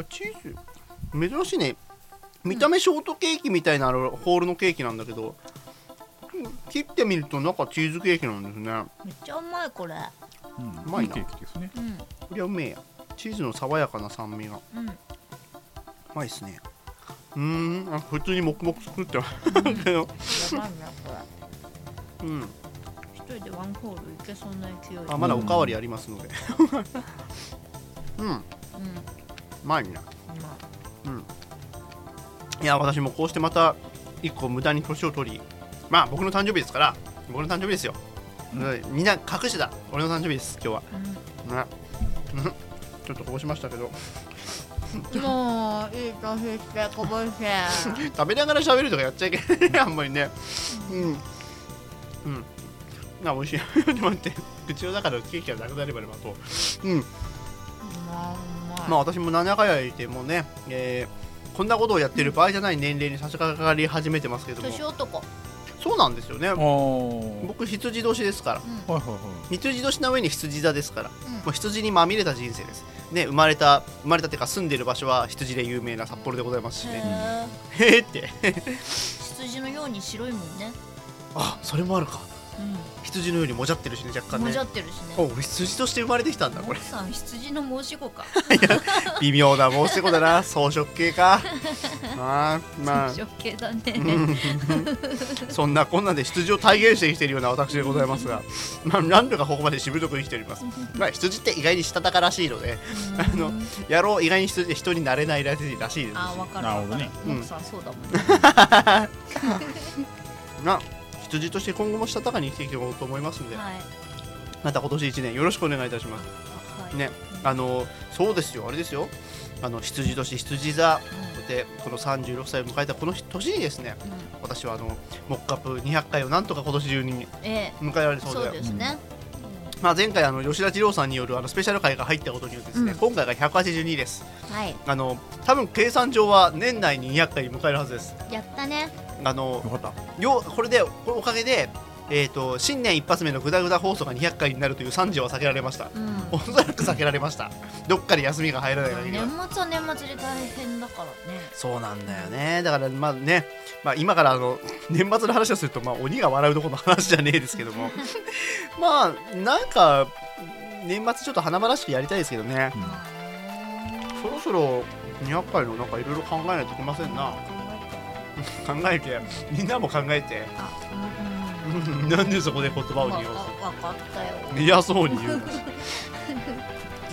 [SPEAKER 1] れチーズ珍しいね見た目ショートケーキみたいなあのホールのケーキなんだけど切ってみると中チーズケーキなんですね
[SPEAKER 2] めっちゃうまいこれ
[SPEAKER 3] うん
[SPEAKER 1] うまいな
[SPEAKER 3] ケーキですね
[SPEAKER 2] うん
[SPEAKER 1] こりゃうめえやチーズの爽やかな酸味が
[SPEAKER 2] うん
[SPEAKER 1] うまいっすねうーんあ普通に黙々作ってますけど
[SPEAKER 2] やばいなこれ
[SPEAKER 1] うん
[SPEAKER 2] 一人でワンホールいけそうな勢い
[SPEAKER 1] あまだおかわりありますの でうんう
[SPEAKER 2] うんう
[SPEAKER 1] まいな
[SPEAKER 2] ま
[SPEAKER 1] いや私もこうしてまた一個無駄に年を取りまあ僕の誕生日ですから僕の誕生日ですよ、うんみんな隠してた俺の誕生日です今日は、ねうんちょっとこぼしましたけど
[SPEAKER 2] いもういい年してこぼして
[SPEAKER 1] 食べながら喋るとかやっちゃいけない ねあんまりねうんうんな美味しい ちょっと待って口の中のケーキがなくなればねまとううん
[SPEAKER 2] まあうまい
[SPEAKER 1] まあ私も7回やいてもうね、えーこんなことをやってる場合じゃない年齢に差し掛かり始めてますけども
[SPEAKER 2] 年男
[SPEAKER 1] そうなんですよね
[SPEAKER 3] あー
[SPEAKER 1] 僕羊年ですから
[SPEAKER 3] はいはいはい
[SPEAKER 1] 羊年の上に羊座ですから、
[SPEAKER 2] うん
[SPEAKER 1] もう羊にまみれた人生ですね生まれた生まれたっていうか住んでる場所は羊で有名な札幌でございますし
[SPEAKER 2] へ
[SPEAKER 1] ね
[SPEAKER 2] え
[SPEAKER 1] へえって
[SPEAKER 2] 羊のように白いもんね
[SPEAKER 1] あそれもあるか
[SPEAKER 2] う
[SPEAKER 1] 羊のようにもじゃってるしね若干
[SPEAKER 2] んも
[SPEAKER 1] ね
[SPEAKER 2] じゃってるし
[SPEAKER 1] お
[SPEAKER 2] ね
[SPEAKER 1] 俺羊として生まれてきたんだこ
[SPEAKER 2] 奥
[SPEAKER 1] れ
[SPEAKER 2] さん羊の申し子か
[SPEAKER 1] 微妙な申し子だな草食系 かあーまあ
[SPEAKER 2] 食系だね
[SPEAKER 1] そんなこんなで羊を体現して生きているような私でございますが、まあ、何度かここまでしぶとく生きております。まあ、羊って意外にしたたからしいので、あの野郎、意外に羊って人になれないらしいらしいですし
[SPEAKER 2] あーわかる
[SPEAKER 3] なる
[SPEAKER 2] わ
[SPEAKER 3] ほ
[SPEAKER 2] か
[SPEAKER 3] ど
[SPEAKER 2] る
[SPEAKER 3] ね
[SPEAKER 1] うん
[SPEAKER 2] 奥さんそうだもんね
[SPEAKER 1] な羊として今後もしたたかに生きていこうと思いますので、
[SPEAKER 2] はい
[SPEAKER 1] また今年1年よろしくお願いいたします。
[SPEAKER 2] はい
[SPEAKER 1] ね、あのそうですよ、あれですよ、あの羊年、羊座でこの36歳を迎えたこの年にですね、
[SPEAKER 2] うん
[SPEAKER 1] 私はあのモックアップ200回をなんとか今年中に
[SPEAKER 2] ええ
[SPEAKER 1] 迎えられそうで
[SPEAKER 2] そうですね
[SPEAKER 1] まあ、前回あの吉田二郎さんによるあのスペシャル回が入ったことによってですね、
[SPEAKER 2] うん
[SPEAKER 1] 今回が182です
[SPEAKER 2] はい
[SPEAKER 1] あの多分計算上は年内に200回迎えるはずです
[SPEAKER 2] やったね
[SPEAKER 1] あの
[SPEAKER 3] よかった
[SPEAKER 1] よこれでこのおかげで、えー、と新年一発目のグダグダ放送が200回になるという惨事は避けられました
[SPEAKER 2] うん
[SPEAKER 1] おそらく避けられましたどっかで休みが入らない限り
[SPEAKER 2] 年
[SPEAKER 1] は
[SPEAKER 2] 末は年末で大変だからね
[SPEAKER 1] そうなんだよねだからまあね、まあ、今からあの年末の話をすると、まあ、鬼が笑うところの話じゃねえですけどもまあなんか年末ちょっと華々しくやりたいですけどね、そろそろ200回のなんかいろいろ考えないといけませんな。考えて、みんなも考えて。
[SPEAKER 2] あうん
[SPEAKER 1] うんなんでそこで言葉
[SPEAKER 2] う
[SPEAKER 1] を
[SPEAKER 2] んわ
[SPEAKER 1] 利用
[SPEAKER 2] わわかったよ
[SPEAKER 1] する嫌そうに言うな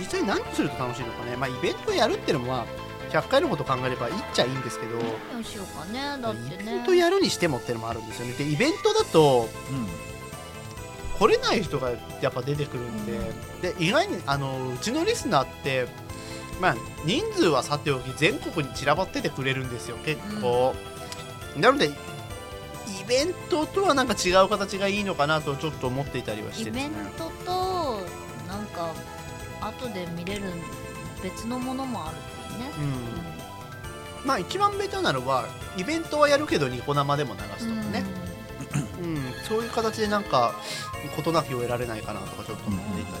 [SPEAKER 1] 実際何すると楽しいのかね。まあイベントやるってのもまあ100回のこと考えればいいっちゃいいんですけど、
[SPEAKER 2] 何をしようかねだっ
[SPEAKER 1] イベ
[SPEAKER 2] てね
[SPEAKER 1] ントやるにしてもってのもあるんですよね。でイベントだと来れない人がやっぱ出てくるんで、で意外にあのうちのリスナーって、まあ、人数はさておき全国に散らばっててくれるんですよ結構、なのでイベントとはなんか違う形がいいのかなとちょっと思っていたりはし
[SPEAKER 2] イ
[SPEAKER 1] てです
[SPEAKER 2] ベ
[SPEAKER 1] ね
[SPEAKER 2] ントとなんか後で見れる別のものもあるといいね
[SPEAKER 1] うんまあ一番ベタなのはイベントはやるけどニコ生でも流すとかね、うん、そういう形でなんか事なきを得られないかなとかちょっと思っていた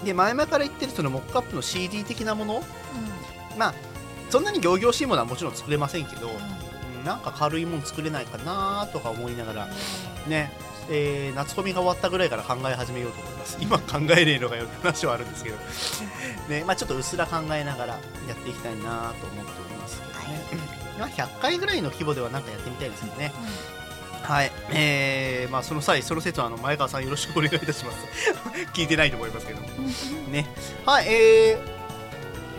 [SPEAKER 1] り、で前々から言ってるそのモックアップの CD 的なものまあそんなに仰々しいものはもちろん作れませんけど、うんなんか軽いもの作れないかなとか思いながらね、えー夏コミが終わったぐらいから考え始めようと思います 今考えねえのかよって話はあるんですけど、ねまあ、ちょっとうっすら考えながらやっていきたいなと思っておりますけどね、まあ100回ぐらいの規模ではなんかやってみたいですよね、はいえーまあ、その際その説はあの前川さんよろしくお願いいたします 聞いてないと思いますけどもねはいえ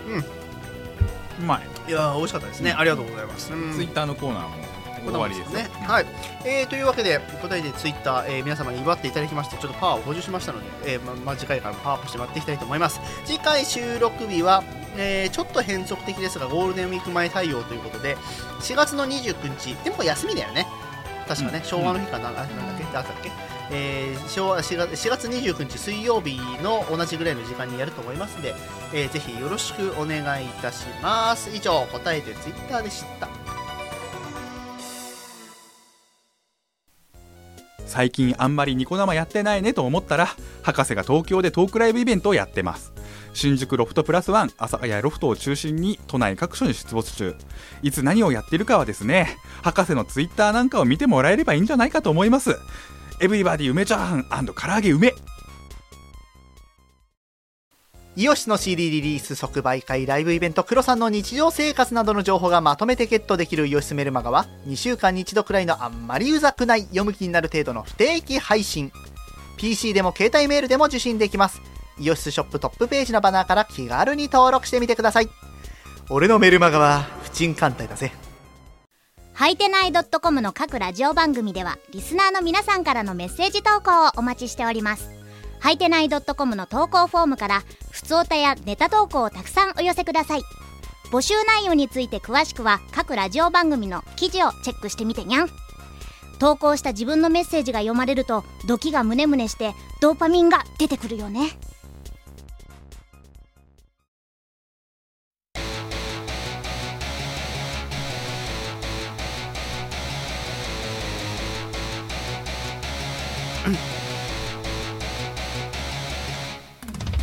[SPEAKER 1] ー
[SPEAKER 3] うまい
[SPEAKER 1] いやー美味しかったですね、ありがとうございます、うん
[SPEAKER 3] ツイッターのコーナーも、え
[SPEAKER 1] こんなもんですね。はい、えーというわけで答えでツイッター、えー皆様に祝っていただきましてちょっとパワーを補充しましたので、えーままあ、次回からもパワーアップして待っていきたいと思います次回収録日は、えーちょっと変則的ですがゴールデンウィーク前対応ということで4月の29日でも休みだよね確かね、
[SPEAKER 3] うん
[SPEAKER 1] 昭和の日かな、あなんだっけあったっけえー昭和4月 ,4 月29日水曜日の同じぐらいの時間にやると思いますので、えーぜひよろしくお願いいたします以上答えてツイッターでした
[SPEAKER 3] 最近あんまりニコ生やってないねと思ったら博士が東京でトークライブイベントをやってます新宿ロフトプラスワン朝早ロフトを中心に都内各所に出没中いつ何をやってるかはですね博士のツイッターなんかを見てもらえればいいんじゃないかと思いますエブリバディ梅チャーハン唐揚げ梅
[SPEAKER 1] イオシスの CD リリース即売会ライブイベントクロさんの日常生活などの情報がまとめてゲットできるイオシスメルマガは2週間に1度くらいのあんまりうざくない読む気になる程度の不定期配信 PC でも携帯メールでも受信できますイオシスショップトップページのバナーから気軽に登録してみてください俺のメルマガは不沈艦隊だぜ
[SPEAKER 4] はいてない .com の各ラジオ番組ではリスナーの皆さんからのメッセージ投稿をお待ちしておりますはいてない .com の投稿フォームから普通歌やネタ投稿をたくさんお寄せください募集内容について詳しくは各ラジオ番組の記事をチェックしてみてにゃん投稿した自分のメッセージが読まれるとドキがムネムネしてドーパミンが出てくるよね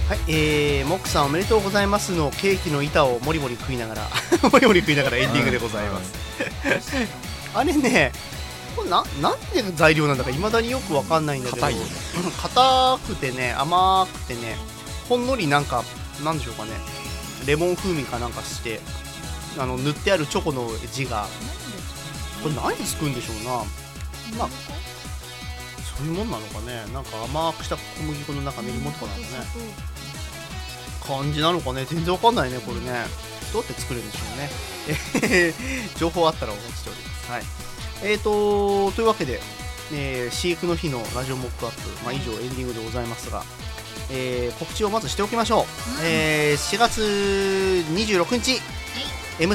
[SPEAKER 1] はいえー、モックさんおめでとうございますのケーキの板をもりもり食いながら もりもり食いながらエンディングでございますあれね、これななんで材料なんだかいまだによくわかんないんだけど、
[SPEAKER 3] 硬いよね
[SPEAKER 1] うん硬くてね、甘くてね、ほんのりなんか、なんでしょうかね、レモン風味かなんかして、あの塗ってあるチョコの字が、これ何につくんでしょうな、まあ、そういうもんなのかね、なんか甘くした小麦粉の中練り物とかなのかね、感じなのかね、全然わかんないね、これね。どうやって作るんでしょうね。 えー情報あったらお待ちしております。はい。えーと、というわけで、えー飼育の日のラジオモックアップ、まあ、以上エンディングでございますが、えー告知をまずしておきましょう。えー4月26日、M3、えー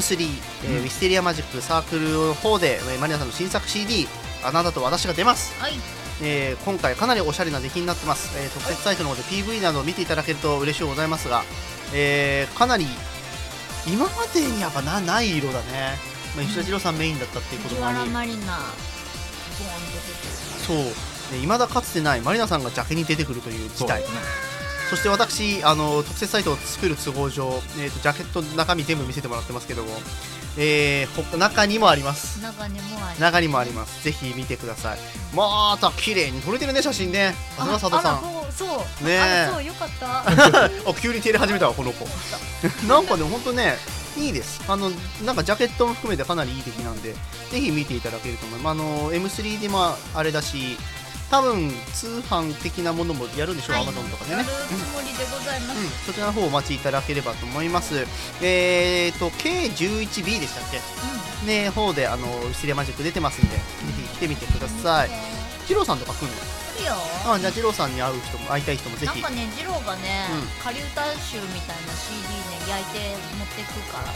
[SPEAKER 1] ミステリアマジックサークルの方で、えーマリナさんの新作 CD、あなたと私が出ます。
[SPEAKER 2] はい
[SPEAKER 1] えー今回かなりおしゃれな出来になってます、えー特設サイトの方で PV などを見ていただけると嬉しゅうございますが、えーかなり今までにやっぱなない色だね、まあ、吉田二郎さんメインだったっていうこと
[SPEAKER 2] 藤
[SPEAKER 1] もあり
[SPEAKER 2] 原マリナボーン出て
[SPEAKER 1] そうで未だかつてないマリナさんがジャケに出てくるという事態そして私あの特設サイトを作る都合上、えーとジャケットの中身全部見せてもらってますけども、えーほ中にもあります
[SPEAKER 2] くる中にもあり
[SPEAKER 1] 中にもありますぜひ見てくださいまた綺麗に撮れてるね写真ねさすが佐藤さん
[SPEAKER 2] んそう
[SPEAKER 1] ねえ
[SPEAKER 2] あらそうよかっ た
[SPEAKER 1] あ急に照れ始めたわこの子なんかねほんとねいいですあのなんかジャケットも含めてかなりいい出来なんでぜひ見ていただけると思いますあの M3 でまああれだし多分通販的なものもやるんでしょう、
[SPEAKER 2] は
[SPEAKER 1] Amazon
[SPEAKER 2] い
[SPEAKER 1] とかで
[SPEAKER 2] や
[SPEAKER 1] ね
[SPEAKER 2] るつもりでございま
[SPEAKER 1] うん
[SPEAKER 2] す、
[SPEAKER 1] そちらの方お待ちいただければと思いますえーと K11B でしたっけね方であのミステリアマジック出てますんでぜひ来てみてください二郎さんとか来る
[SPEAKER 2] うん、いいよ
[SPEAKER 1] のあじゃあ二郎さんに会う人も会いたい人もぜ
[SPEAKER 2] なん
[SPEAKER 1] ひ
[SPEAKER 2] かね、ジローがね
[SPEAKER 1] う、
[SPEAKER 2] 仮歌集みたいな CD ね、焼いて持ってくから、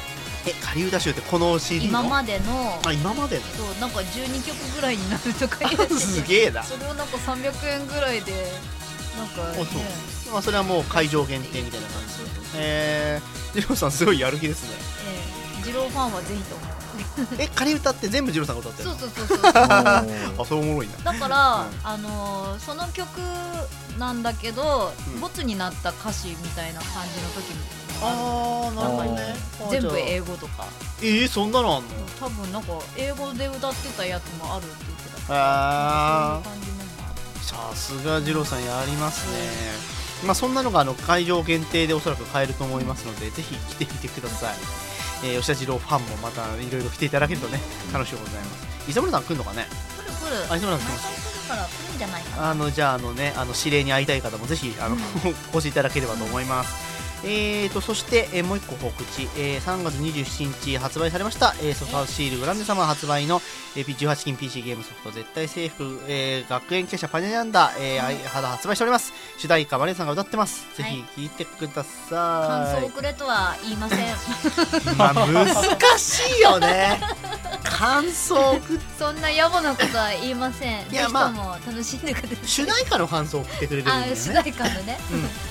[SPEAKER 1] え仮歌集ってこの CD の
[SPEAKER 2] 今までの、
[SPEAKER 1] あ今までの
[SPEAKER 2] そう、なんか12曲ぐらいになるとか言って て、
[SPEAKER 1] すげえな、
[SPEAKER 2] それをなんか300円ぐらいで、なんか、
[SPEAKER 1] お
[SPEAKER 2] ね、
[SPEAKER 1] そうまあ、それはもう会場限定みたいな感じえー、ジローさんすごいやる気です ね
[SPEAKER 2] ええジローファンはぜひと思う。
[SPEAKER 1] え仮歌って全部ジローさんが歌ってる
[SPEAKER 2] そう
[SPEAKER 1] の
[SPEAKER 2] そうそうそう。だ
[SPEAKER 1] あ
[SPEAKER 2] か
[SPEAKER 1] そうおもろいな
[SPEAKER 2] ら、あのーその曲なんだけど、
[SPEAKER 1] うん
[SPEAKER 2] ボツになった歌詞みたいな感じの時
[SPEAKER 1] あ
[SPEAKER 2] も
[SPEAKER 1] ーなるほどねあー
[SPEAKER 2] 全部
[SPEAKER 1] じゃあ
[SPEAKER 2] 英語とか、
[SPEAKER 1] えー、そんなのあんの
[SPEAKER 2] 多分なんか英語で歌ってたやつもあるって言ってた。
[SPEAKER 1] あ
[SPEAKER 2] そういう感じのもある
[SPEAKER 1] ーさすがジローさんやりますねまあそんなのがあの会場限定でおそらく買えると思いますのでぜひ来てみてください、えー、吉田二郎ファンもまたいろいろ来ていただけるとね楽しいございます磯村さん来るのかね
[SPEAKER 2] 来る来る。
[SPEAKER 1] あ磯村さん来ま
[SPEAKER 2] 毎
[SPEAKER 1] す
[SPEAKER 2] 回来るから来るんじゃないかな。
[SPEAKER 1] あのじゃああのねあの指令に会いたい方もぜひあの、お越しいただければと思います。えーとそして、えーもう一個告知、えー3月27日発売されました、えーソファーシールグランデ様発売の、えー P18 金 PC ゲームソフト絶対制服、えー学園記者パネランダー、えーあい発売しております主題歌マレンさんが歌ってますぜ
[SPEAKER 2] はい
[SPEAKER 1] ひ聴いてくださ
[SPEAKER 2] 感
[SPEAKER 1] い、
[SPEAKER 2] 想をくれとは言いません
[SPEAKER 1] まあ難しいよね感想送っ
[SPEAKER 2] そんな野暮なことは言いません
[SPEAKER 1] い
[SPEAKER 2] ぜひ
[SPEAKER 1] や
[SPEAKER 2] と
[SPEAKER 1] まあ
[SPEAKER 2] も楽しんでくだ さい
[SPEAKER 1] 主題歌の感想を送ってくれるんだ
[SPEAKER 2] あ
[SPEAKER 1] よ
[SPEAKER 2] 主
[SPEAKER 1] ね
[SPEAKER 2] 題歌のね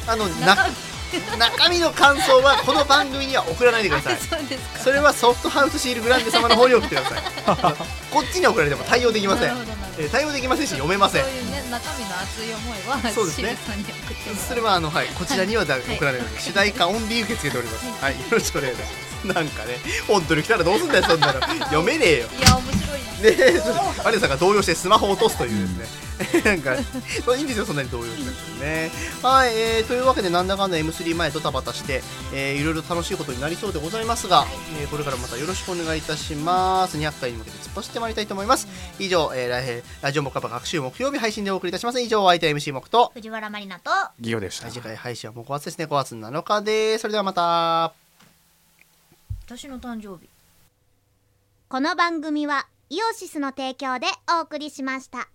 [SPEAKER 1] あのな
[SPEAKER 2] 中身
[SPEAKER 1] 中身の感想はこの番組には送らないでください
[SPEAKER 2] そうですか
[SPEAKER 1] それはソフトハウスシールグランデ様の方に送ってください こっちに送られても対応できません
[SPEAKER 2] なるほどなるほど
[SPEAKER 1] えー対応できませんし読めません
[SPEAKER 2] そういうね中身の熱い思いは
[SPEAKER 1] そうですね
[SPEAKER 2] シルさんに送ってもらう
[SPEAKER 1] それはあの、はい、こちらにはだ、送られない主題歌オンリー受け付けておりますはい、よろしくお願いします なんかね本当に来たらどうすんだよそんなの読めねえよ
[SPEAKER 2] いや面白いな
[SPEAKER 1] ねえそれアレンさんが動揺してスマホを落とすというですねなんかそういいんですよそんなに動揺しなくてねはい、えーというわけでなんだかんだ M3 前ドタバタして、えーいろいろ楽しいことになりそうでございますが、えーこれからまたよろしくお願いいたします200回に向けて突っ走ってまいりたいと思います以上、えーラヘラジオモカバ各週木曜日配信でお送りいたします以上お相手は MC モクと
[SPEAKER 4] 藤原まりなと
[SPEAKER 3] ギオでした
[SPEAKER 1] 次回配信はもう5月ですね5月7日ですそれではまた
[SPEAKER 2] 私の誕生日
[SPEAKER 4] この番組はイオシスの提供でお送りしました